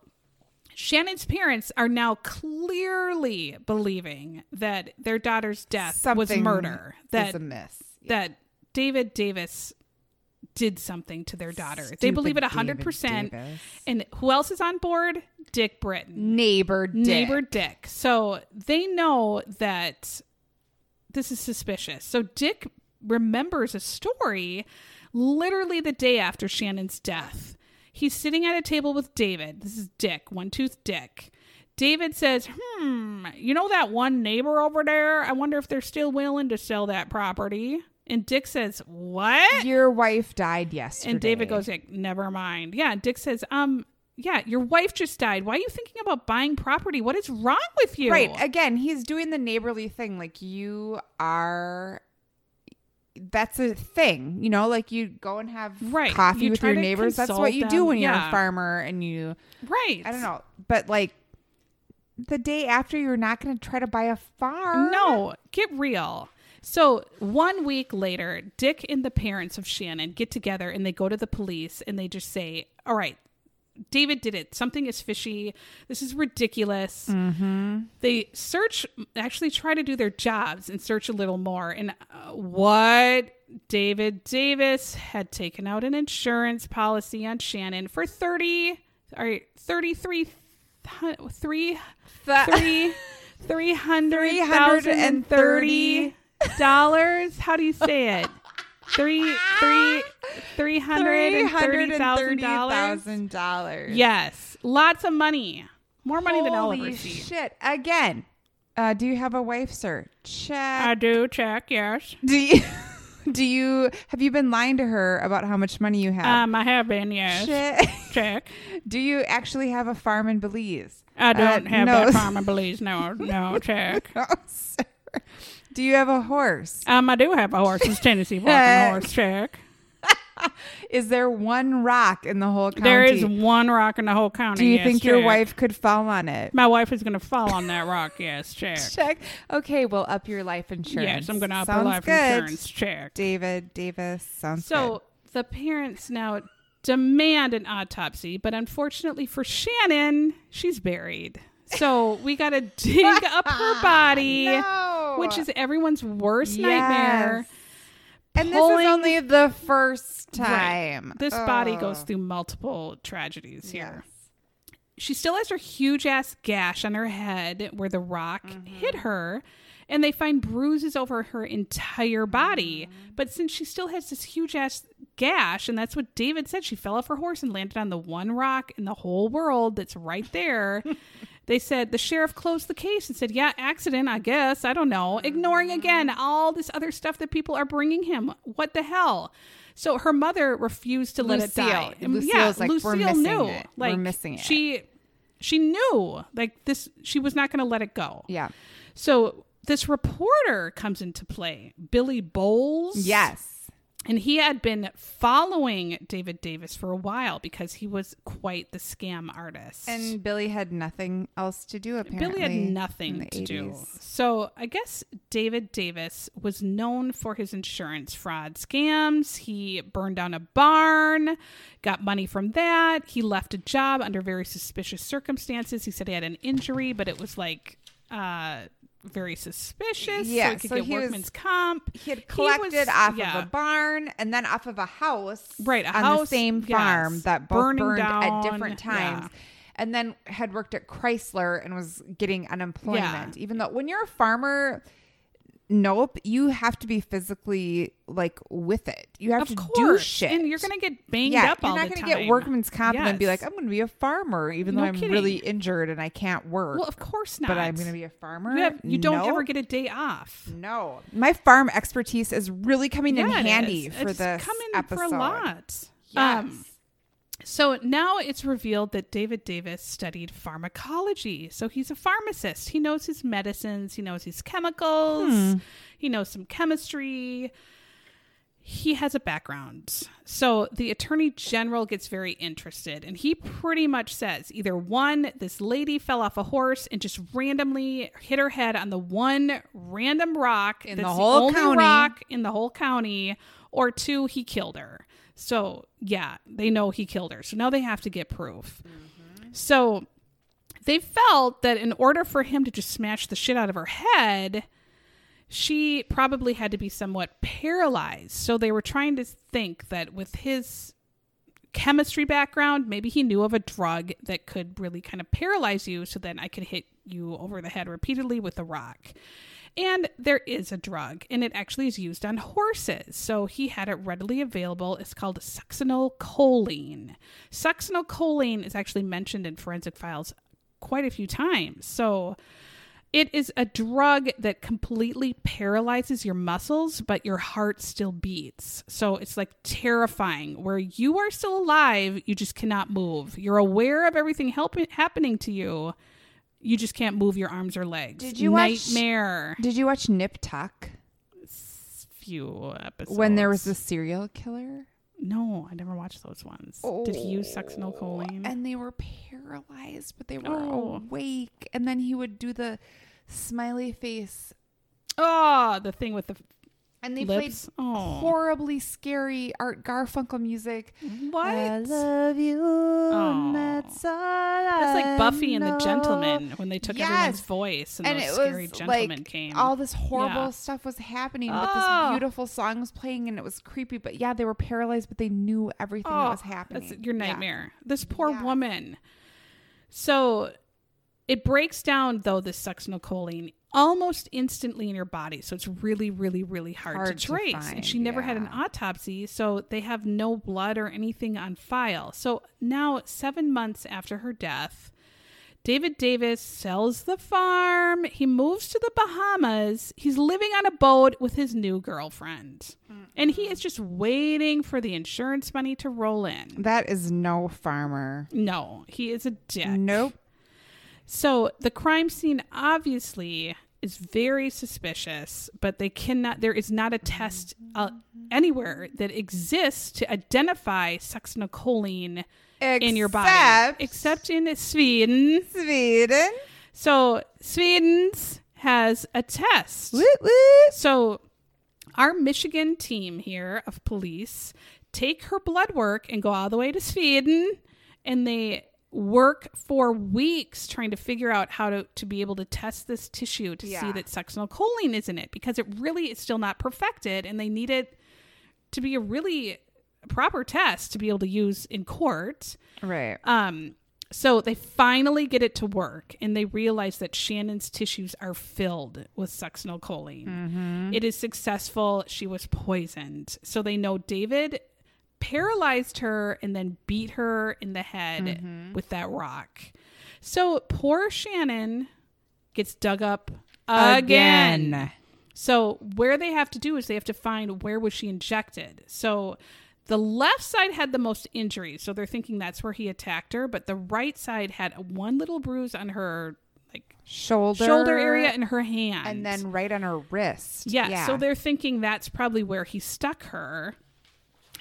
Speaker 1: Shannon's parents are now clearly believing that their daughter's death was
Speaker 3: Something
Speaker 1: murder.
Speaker 3: is
Speaker 1: That
Speaker 3: a miss.
Speaker 1: that David Davis did something to their daughter. they believe it
Speaker 3: Stupid David
Speaker 1: 100%.
Speaker 3: Davis.
Speaker 1: And who else is on board? Dick Britton.
Speaker 3: Neighbor. Dick.
Speaker 1: Neighbor Dick. So they know that this is suspicious. So Dick remembers a story literally the day after Shannon's death. He's sitting at a table with David. This is Dick, one tooth Dick. David says, Hmm, you know that one neighbor over there? I wonder if they're still willing to sell that property. And Dick says, What?
Speaker 3: Your wife died yesterday.
Speaker 1: And David goes like, "Never mind." Yeah, and Dick says, "Um, yeah, your wife just died. Why are you thinking about buying property? What is wrong with you?"
Speaker 3: Right. Again, he's doing the neighborly thing. Like you are that's a thing, you know, like you go and have
Speaker 1: Right.
Speaker 3: coffee
Speaker 1: You
Speaker 3: with
Speaker 1: try
Speaker 3: your
Speaker 1: to
Speaker 3: neighbors. That's what
Speaker 1: consult
Speaker 3: you do
Speaker 1: them.
Speaker 3: when you're a
Speaker 1: Yeah.
Speaker 3: farmer and you
Speaker 1: right.
Speaker 3: I don't know. But like the day after you're not gonna try to buy a farm.
Speaker 1: No, get real. So one week later, Dick and the parents of Shannon get together and they go to the police and they just say, "All right." David did it. Something is fishy. This is ridiculous. They search, actually try to do their jobs and search a little more. And uh, what David Davis had taken out an insurance policy on Shannon for 30 or 33 three three three hundred thousand and thirty dollars. How do you say it? Three three three hundred and thirty thousand dollars.
Speaker 3: dollars.
Speaker 1: Yes, lots of money. More money than I'll ever
Speaker 3: Holy
Speaker 1: see.
Speaker 3: shit! Again, uh, do you have a wife, sir? Check.
Speaker 1: I do check, yes.
Speaker 3: do you? Do you have you been lying to her about how much money you have?
Speaker 1: Um, I have been, yes.
Speaker 3: Shit.
Speaker 1: Check.
Speaker 3: Do you actually have a farm in Belize?
Speaker 1: I don't
Speaker 3: Uh,
Speaker 1: have
Speaker 3: no.
Speaker 1: that farm, I believe. No, no, check.
Speaker 3: No, Oh, sir. Do you have a horse?
Speaker 1: Um, I do have a horse. It's Tennessee walking horse. Check.
Speaker 3: Is there one rock in the whole county?
Speaker 1: There is one rock in the whole county.
Speaker 3: Do you
Speaker 1: yes,
Speaker 3: think your
Speaker 1: check.
Speaker 3: wife could fall on it?
Speaker 1: My wife is going to fall on that rock. Yes, check.
Speaker 3: Check. Okay, well, up your life insurance.
Speaker 1: Yes, I'm going to up her
Speaker 3: Sounds
Speaker 1: life
Speaker 3: good.
Speaker 1: insurance. Check.
Speaker 3: David Davis sounds
Speaker 1: So the parents now demand an autopsy, but unfortunately for Shannon, she's buried. So we got to dig up her body,
Speaker 3: good. No.
Speaker 1: E, which is everyone's worst nightmare.
Speaker 3: Yes. and this
Speaker 1: pulling-
Speaker 3: is only the first
Speaker 1: Right.
Speaker 3: time.
Speaker 1: This body
Speaker 3: Oh,
Speaker 1: goes through multiple tragedies here.
Speaker 3: yes.
Speaker 1: She still has her huge ass gash on her head where the rock
Speaker 3: Mm-hmm.
Speaker 1: hit her, and they find bruises over her entire body.
Speaker 3: Mm-hmm.
Speaker 1: But since she still has this huge ass gash, and that's what David said, she fell off her horse and landed on the one rock in the whole world that's right there. they said the sheriff closed the case and said, Yeah, accident, I guess. I don't know. Ignoring
Speaker 3: Mm-hmm.
Speaker 1: again all this other stuff that people are bringing him. What the hell? So her mother refused to let it
Speaker 3: Lucille.
Speaker 1: die. And
Speaker 3: Lucille's like, "We're missing it. We're missing it."
Speaker 1: She she knew like this she was not gonna let it go.
Speaker 3: Yeah.
Speaker 1: So this reporter comes into play, Billy Bowles.
Speaker 3: Yes.
Speaker 1: And he had been following David Davis for a while because he was quite the scam artist.
Speaker 3: And Billy had nothing else to do apparently.
Speaker 1: Billy had
Speaker 3: in
Speaker 1: nothing
Speaker 3: the
Speaker 1: to do.
Speaker 3: 80s.
Speaker 1: So I guess David Davis was known for his insurance fraud scams. He burned down a barn, got money from that. He left a job under very suspicious circumstances. He said he had an injury, but it was like uh, very suspicious.
Speaker 3: Yeah,
Speaker 1: so he could
Speaker 3: so
Speaker 1: get
Speaker 3: he was-
Speaker 1: workman's comp.
Speaker 3: He had
Speaker 1: was-
Speaker 3: collected off
Speaker 1: yeah.
Speaker 3: of a barn and then off of a house.
Speaker 1: Right, a
Speaker 3: on the
Speaker 1: house,
Speaker 3: same
Speaker 1: yes,
Speaker 3: farm that both
Speaker 1: burning
Speaker 3: burned
Speaker 1: down,
Speaker 3: at different times.
Speaker 1: yeah.
Speaker 3: And then had worked at Chrysler and was getting unemployment. Even though when you're a farmer, nope, you have to be physically like with it. You have
Speaker 1: Of
Speaker 3: to
Speaker 1: course.
Speaker 3: do shit.
Speaker 1: And you're going to get banged
Speaker 3: yeah,
Speaker 1: up
Speaker 3: you're
Speaker 1: all
Speaker 3: not
Speaker 1: the
Speaker 3: gonna
Speaker 1: time.
Speaker 3: get workman's comp and then be
Speaker 1: Yes.
Speaker 3: like, I'm going to be a farmer, even
Speaker 1: No
Speaker 3: though I'm really
Speaker 1: kidding.
Speaker 3: injured and I can't work.
Speaker 1: well, of course not.
Speaker 3: "Oh, but I'm going to be a farmer.
Speaker 1: You, have, you don't
Speaker 3: No.
Speaker 1: ever get a day off.
Speaker 3: No, my farm expertise is really coming
Speaker 1: Yeah,
Speaker 3: in
Speaker 1: it
Speaker 3: handy
Speaker 1: is.
Speaker 3: for
Speaker 1: it's
Speaker 3: this
Speaker 1: come in
Speaker 3: episode.
Speaker 1: for a lot.
Speaker 3: Yes.
Speaker 1: Um, so now it's revealed that David Davis studied pharmacology. So he's a pharmacist. He knows his medicines, he knows his chemicals,
Speaker 3: Hmm.
Speaker 1: he knows some chemistry. He has a background. So the attorney general gets very interested and he pretty much says either one, this lady fell off a horse and just randomly hit her head on the one random rock
Speaker 3: In the whole
Speaker 1: only
Speaker 3: county.
Speaker 1: rock in the whole county, or two, he killed her. So yeah, they know he killed her. So now they have to get proof.
Speaker 3: Mm-hmm.
Speaker 1: So they felt that in order for him to just smash the shit out of her head, she probably had to be somewhat paralyzed. So they were trying to think that with his chemistry background, maybe he knew of a drug that could really kind of paralyze you so then I could hit you over the head repeatedly with a rock. And there is a drug, and it actually is used on horses. So he had it readily available. It's called succinylcholine. Succinylcholine is actually mentioned in forensic files quite a few times. So it is a drug that completely paralyzes your muscles, but your heart still beats. So it's like terrifying where you are still alive, you just cannot move. You're aware of everything help- happening to you. You just can't move your arms or legs.
Speaker 3: Did you watch-
Speaker 1: nightmare?
Speaker 3: Did you watch Nip Tuck
Speaker 1: Few episodes
Speaker 3: when there was the serial killer?
Speaker 1: no, I never watched those ones. Did he use succinylcholine?
Speaker 3: Oh. And they were paralyzed, but they were
Speaker 1: Oh.
Speaker 3: awake. And then he would do the smiley face,
Speaker 1: oh, the thing with the
Speaker 3: and they
Speaker 1: lips.
Speaker 3: played
Speaker 1: oh,
Speaker 3: horribly scary Art Garfunkel music.
Speaker 1: what?
Speaker 3: I love you. and that's all
Speaker 1: That's
Speaker 3: I
Speaker 1: like Buffy and the
Speaker 3: know.
Speaker 1: Gentleman when they took everyone's
Speaker 3: Yes.
Speaker 1: voice and,
Speaker 3: and
Speaker 1: those
Speaker 3: it
Speaker 1: scary
Speaker 3: was
Speaker 1: gentlemen
Speaker 3: like
Speaker 1: came.
Speaker 3: all this horrible
Speaker 1: Yeah.
Speaker 3: stuff was happening
Speaker 1: Oh.
Speaker 3: but this beautiful song was playing and it was creepy but yeah they were paralyzed but they knew everything that was happening
Speaker 1: Oh, Ah, That's your
Speaker 3: Yeah.
Speaker 1: nightmare. This poor
Speaker 3: Yeah.
Speaker 1: woman. So it breaks down though this succinylcholine almost instantly in your body. So it's really, really, really hard,
Speaker 3: Hard
Speaker 1: to
Speaker 3: to
Speaker 1: trace. and
Speaker 3: find,
Speaker 1: she never had an
Speaker 3: yeah.
Speaker 1: autopsy, so they have no blood or anything on file. So now seven months after her death, David Davis sells the farm. He moves to the Bahamas. He's living on a boat with his new girlfriend. And he is just waiting for the insurance money to roll in.
Speaker 3: That is no farmer.
Speaker 1: No, he is a dick.
Speaker 3: Nope.
Speaker 1: So the crime scene obviously is very suspicious, but they cannot. There is not a test uh, anywhere that exists to identify succinylcholine in your body,
Speaker 3: Except-
Speaker 1: except in Sweden.
Speaker 3: Sweden.
Speaker 1: So Sweden's has a test.
Speaker 3: Woot woot.
Speaker 1: So our Michigan team here of police take her blood work and go all the way to Sweden and they work for weeks trying to figure out how to, to be able to test this tissue to see
Speaker 3: Yeah.
Speaker 1: that succinylcholine is in it because it really is still not perfected and they need it to be a really proper test to be able to use in court.
Speaker 3: Right.
Speaker 1: Um, so they finally get it to work, and they realize that Shannon's tissues are filled with succinylcholine. It is successful. She was poisoned, so they know David paralyzed her and then beat her in the head with that rock. So poor Shannon gets dug up again. So where they have to do is they have to find where was she injected. So the left side had the most injuries, so they're thinking that's where he attacked her, but the right side had one little bruise on her like
Speaker 3: Shoulder.
Speaker 1: shoulder area and her hand.
Speaker 3: and then right on her wrist.
Speaker 1: yeah, so they're thinking that's probably where he stuck her.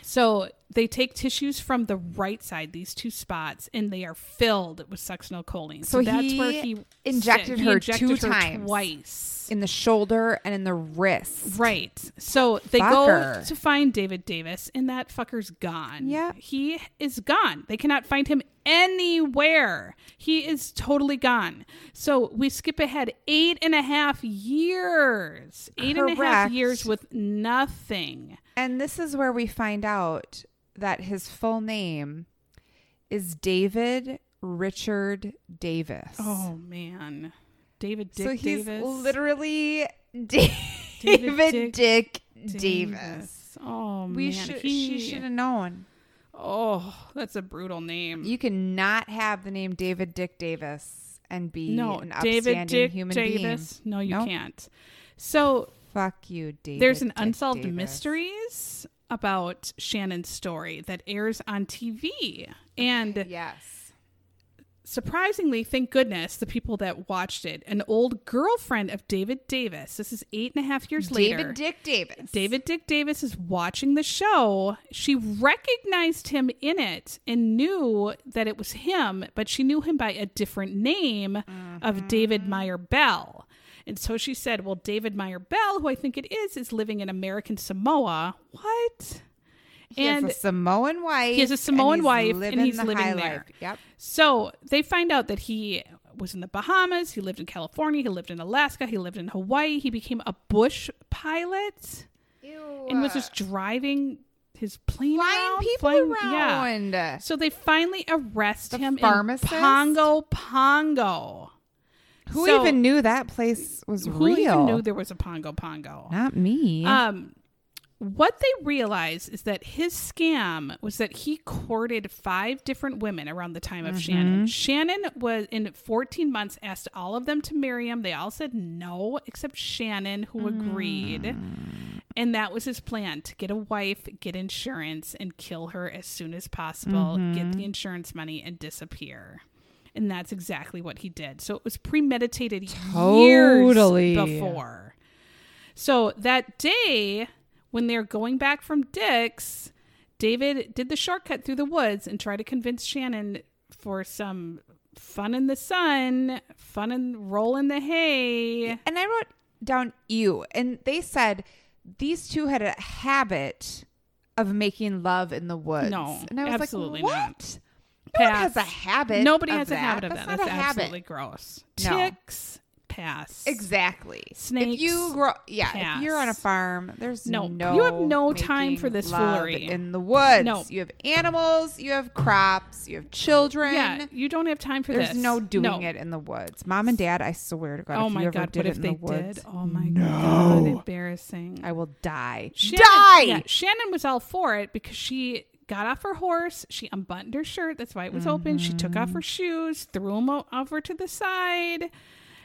Speaker 1: So they take tissues from the right side, these two spots, and they are filled with succinylcholine.
Speaker 3: So
Speaker 1: that's
Speaker 3: he
Speaker 1: where he
Speaker 3: injected
Speaker 1: he
Speaker 3: her
Speaker 1: injected
Speaker 3: two
Speaker 1: her
Speaker 3: times.
Speaker 1: twice.
Speaker 3: in the shoulder and in the wrist.
Speaker 1: Right. So they go
Speaker 3: Fucker.
Speaker 1: to find David Davis, and that fucker's gone.
Speaker 3: Yeah.
Speaker 1: He is gone. They cannot find him anywhere. He is totally gone. So we skip ahead eight and a half years. Eight and a half
Speaker 3: Correct.
Speaker 1: years with nothing.
Speaker 3: And this is where we find out that his full name is David Richard Davis.
Speaker 1: Oh, man. David Dick
Speaker 3: so he's
Speaker 1: Davis.
Speaker 3: literally David,
Speaker 1: David
Speaker 3: Dick, Davis.
Speaker 1: Oh,
Speaker 3: We
Speaker 1: man.
Speaker 3: should
Speaker 1: he,
Speaker 3: she should have known.
Speaker 1: Oh, that's a brutal name.
Speaker 3: You cannot have the name David Dick Davis and be
Speaker 1: no,
Speaker 3: an upstanding
Speaker 1: David Dick
Speaker 3: human
Speaker 1: Davis. No, you
Speaker 3: Nope.
Speaker 1: can't. So
Speaker 3: being. Fuck you, David.
Speaker 1: there's an
Speaker 3: Dick
Speaker 1: unsolved
Speaker 3: Davis.
Speaker 1: mysteries about Shannon's story that airs on TV. And
Speaker 3: Yes.
Speaker 1: surprisingly, thank goodness, the people that watched it, an old girlfriend of David Davis, this is eight and a half years later.
Speaker 3: David Dick Davis.
Speaker 1: David Dick Davis is watching the show. She recognized him in it and knew that it was him, but she knew him by a different name
Speaker 3: Mm-hmm.
Speaker 1: of David Meyer Bell. And so she said, Well, David Meyer Bell, who I think it is, is living in American Samoa. What?
Speaker 3: He has a Samoan wife.
Speaker 1: He has a
Speaker 3: and
Speaker 1: Samoan
Speaker 3: he's
Speaker 1: wife, and
Speaker 3: living
Speaker 1: he's
Speaker 3: the
Speaker 1: living
Speaker 3: high
Speaker 1: there.
Speaker 3: life. Yep.
Speaker 1: So they find out that he was in the Bahamas, he lived in California, he lived in Alaska, he lived in Hawaii, he became a bush pilot and was just driving his plane
Speaker 3: flying
Speaker 1: around,
Speaker 3: people
Speaker 1: flying-
Speaker 3: around.
Speaker 1: Yeah. So they finally arrest
Speaker 3: The
Speaker 1: him
Speaker 3: pharmacist?
Speaker 1: in Pongo Pongo.
Speaker 3: Who
Speaker 1: So-
Speaker 3: even knew that place was
Speaker 1: Who
Speaker 3: real?
Speaker 1: even knew there was a Pongo Pongo?
Speaker 3: Not me.
Speaker 1: Um, what they realize is that his scam was that he courted five different women around the time of
Speaker 3: Mm-hmm.
Speaker 1: Shannon. Shannon was in 14 months asked all of them to marry him. They all said no, except Shannon, who
Speaker 3: Mm.
Speaker 1: agreed. And that was his plan to get a wife, get insurance, and kill her as soon as possible, get the insurance money, and disappear. And that's exactly what he did. So it was premeditated
Speaker 3: Totally.
Speaker 1: years before. So that day, when they're going back from Dick's, David did the shortcut through the woods and tried to convince Shannon for some fun in the sun, fun and roll in the hay.
Speaker 3: and I wrote down you, and they said these two had a habit of making love in the woods.
Speaker 1: No,
Speaker 3: and I was
Speaker 1: absolutely
Speaker 3: like,
Speaker 1: not.
Speaker 3: what? No one has a
Speaker 1: Pass.
Speaker 3: habit.
Speaker 1: Nobody
Speaker 3: of
Speaker 1: has
Speaker 3: that.
Speaker 1: a habit of
Speaker 3: That's
Speaker 1: that.
Speaker 3: Not
Speaker 1: That's
Speaker 3: a habit.
Speaker 1: absolutely gross.
Speaker 3: No.
Speaker 1: Ticks, pass.
Speaker 3: Exactly. If
Speaker 1: Snakes,
Speaker 3: you grow, yeah, if you're on a
Speaker 1: pass.
Speaker 3: farm, there's
Speaker 1: No,
Speaker 3: no,
Speaker 1: you have no time
Speaker 3: making
Speaker 1: for this
Speaker 3: love
Speaker 1: foolery.
Speaker 3: in the woods.
Speaker 1: No.
Speaker 3: you have animals, you have crops, you have children.
Speaker 1: Yeah, you don't have time for
Speaker 3: There's
Speaker 1: this.
Speaker 3: no doing it in the woods. Mom and dad, I swear to God,
Speaker 1: Oh
Speaker 3: if
Speaker 1: my
Speaker 3: you ever
Speaker 1: god!
Speaker 3: did
Speaker 1: What
Speaker 3: it
Speaker 1: if
Speaker 3: in
Speaker 1: they
Speaker 3: the woods,
Speaker 1: did? Oh my god! Embarrassing.
Speaker 3: I will die.
Speaker 1: Shannon,
Speaker 3: die.
Speaker 1: yeah, Shannon was all for it because she got off her horse. She unbuttoned her shirt. That's why it was open. She took
Speaker 3: Mm-hmm.
Speaker 1: off her shoes, threw them over to the side.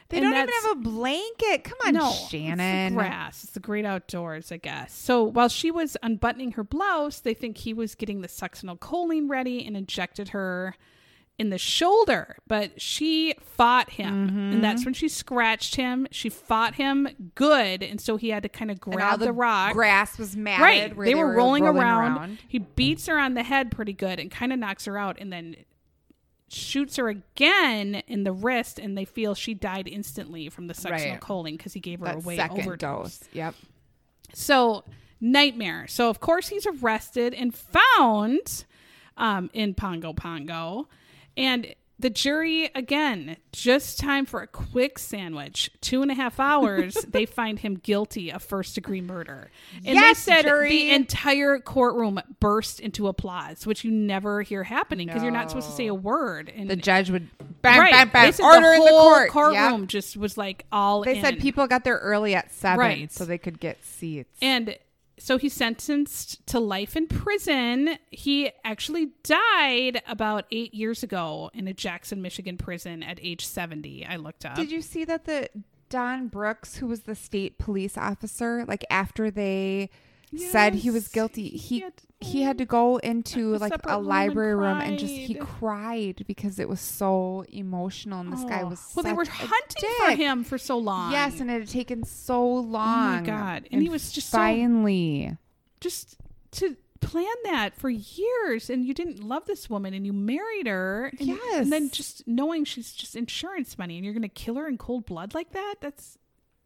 Speaker 3: They
Speaker 1: And
Speaker 3: don't even
Speaker 1: that's-
Speaker 3: have a blanket. Come on,
Speaker 1: It's
Speaker 3: Shannon.
Speaker 1: the grass. It's the great outdoors, I guess. So while she was unbuttoning her blouse, they think he was getting the succinylcholine ready and injected her in the shoulder. But she fought him.
Speaker 3: Mm-hmm.
Speaker 1: And that's when she scratched him. She fought him good. And so he had to kind of
Speaker 3: And all
Speaker 1: grab the, rock.
Speaker 3: Grass was matted.
Speaker 1: Right.
Speaker 3: where
Speaker 1: They, were, rolling, around. He beats her on the head pretty good and kind of knocks her out and then shoots her again in the wrist and they feel she died instantly from the
Speaker 3: Right.
Speaker 1: succinylcholine because he gave her
Speaker 3: That
Speaker 1: away
Speaker 3: second
Speaker 1: overdose.
Speaker 3: dose. Yep.
Speaker 1: So nightmare. So of course he's arrested and found um, in Pongo Pongo, and the jury again just time for a quick sandwich. Two and a half hours. they find him guilty of first degree murder, and
Speaker 3: Yes,
Speaker 1: they said
Speaker 3: jury.
Speaker 1: the entire courtroom burst into applause, which you never hear happening because you're not supposed to say a word. And
Speaker 3: The judge would bam,
Speaker 1: right,
Speaker 3: bam,
Speaker 1: They
Speaker 3: bam,
Speaker 1: said
Speaker 3: order
Speaker 1: the
Speaker 3: in
Speaker 1: whole
Speaker 3: the court.
Speaker 1: courtroom
Speaker 3: Yep.
Speaker 1: just was like all.
Speaker 3: They said
Speaker 1: in.
Speaker 3: people got there early at seven,
Speaker 1: Right.
Speaker 3: so they could get seats.
Speaker 1: And so he's sentenced to life in prison. He actually died about eight years ago in a Jackson, Michigan prison at age 70. I looked up.
Speaker 3: Did you see that the Don Brooks, who was the state police officer, like after they said he was
Speaker 1: Yes,
Speaker 3: guilty,
Speaker 1: he
Speaker 3: he
Speaker 1: had-
Speaker 3: he had to go into
Speaker 1: a
Speaker 3: like
Speaker 1: separate
Speaker 3: a
Speaker 1: room and
Speaker 3: library room and just he
Speaker 1: cried.
Speaker 3: cried because it was so emotional and this guy
Speaker 1: Oh.
Speaker 3: was
Speaker 1: well. They
Speaker 3: such
Speaker 1: were
Speaker 3: a
Speaker 1: hunting for
Speaker 3: dick.
Speaker 1: him for so long.
Speaker 3: Yes, and it had taken so long.
Speaker 1: God. And he was just so-
Speaker 3: finally.
Speaker 1: just to plan that for years, and you didn't love this woman, and you married her. And,
Speaker 3: Yes.
Speaker 1: and then just knowing she's just insurance money, and you're going to kill her in cold blood like that—that's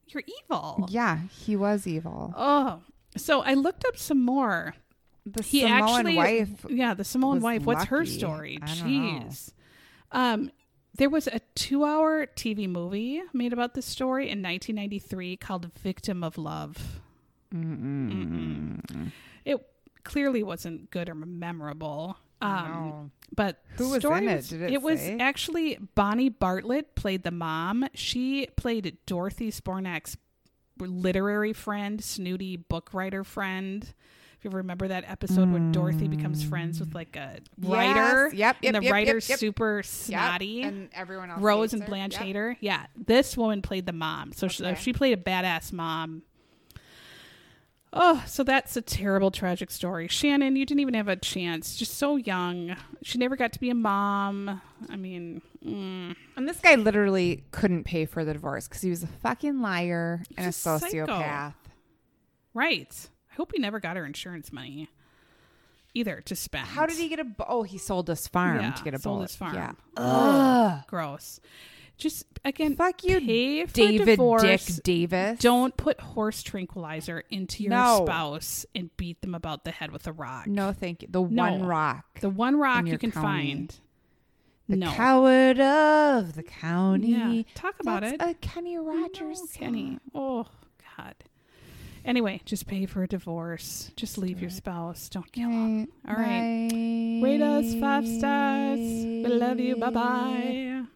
Speaker 1: you're evil.
Speaker 3: Yeah, he was evil.
Speaker 1: Oh, so I looked up some more.
Speaker 3: The
Speaker 1: he
Speaker 3: Samoan
Speaker 1: actually,
Speaker 3: wife.
Speaker 1: Yeah, the Samoan
Speaker 3: was
Speaker 1: wife. What's her
Speaker 3: lucky.
Speaker 1: story?
Speaker 3: I don't know.
Speaker 1: Jeez. Um, there was a two-hour TV movie made about this story in 1993 called "Victim of Love." Mm-mm. It clearly wasn't good or memorable. Um, but
Speaker 3: Who
Speaker 1: the
Speaker 3: was
Speaker 1: story
Speaker 3: in it? Did it
Speaker 1: was
Speaker 3: say?
Speaker 1: actually Bonnie Bartlett played the mom. She played Dorothy Spornak's literary friend, snooty book writer friend. If you remember that episode where Dorothy becomes friends with like a writer,
Speaker 3: Mm. Yep, yep,
Speaker 1: and the
Speaker 3: yep, yep,
Speaker 1: writer's
Speaker 3: yep.
Speaker 1: super
Speaker 3: Yep,
Speaker 1: snotty.
Speaker 3: and everyone else.
Speaker 1: Rose
Speaker 3: hates
Speaker 1: and
Speaker 3: her.
Speaker 1: Blanche
Speaker 3: Yep.
Speaker 1: Hader. Yeah, this woman played the mom. So she,
Speaker 3: Okay.
Speaker 1: she played a badass mom. Oh, so that's a terrible, tragic story. Shannon, you didn't even have a chance. Just so young. She never got to be a mom. I mean, mm,
Speaker 3: And this guy literally couldn't pay for the divorce because he was a fucking liar and a,
Speaker 1: He's a psycho.
Speaker 3: sociopath.
Speaker 1: right. I hope he never got her insurance money either to spend.
Speaker 3: How did he get a? bo- Oh, he sold his farm
Speaker 1: Yeah,
Speaker 3: to get a
Speaker 1: sold
Speaker 3: bullet.
Speaker 1: his farm.
Speaker 3: Yeah.
Speaker 1: Ugh. Gross. Just again,
Speaker 3: Fuck you,
Speaker 1: pay for
Speaker 3: David
Speaker 1: divorce.
Speaker 3: Dick Davis.
Speaker 1: Don't put horse tranquilizer into your
Speaker 3: No.
Speaker 1: spouse and beat them about the head with a rock.
Speaker 3: No, thank you. The
Speaker 1: No.
Speaker 3: one rock.
Speaker 1: The one rock you
Speaker 3: your
Speaker 1: can
Speaker 3: county.
Speaker 1: find.
Speaker 3: The
Speaker 1: no.
Speaker 3: coward of the county.
Speaker 1: Yeah, talk about it.
Speaker 3: That's A Kenny Rogers.
Speaker 1: No, Kenny. Oh God. Anyway, just pay for a divorce. Just leave your spouse. Don't kill him.
Speaker 3: song.
Speaker 1: All right. Rate us five stars. We love you. Bye bye.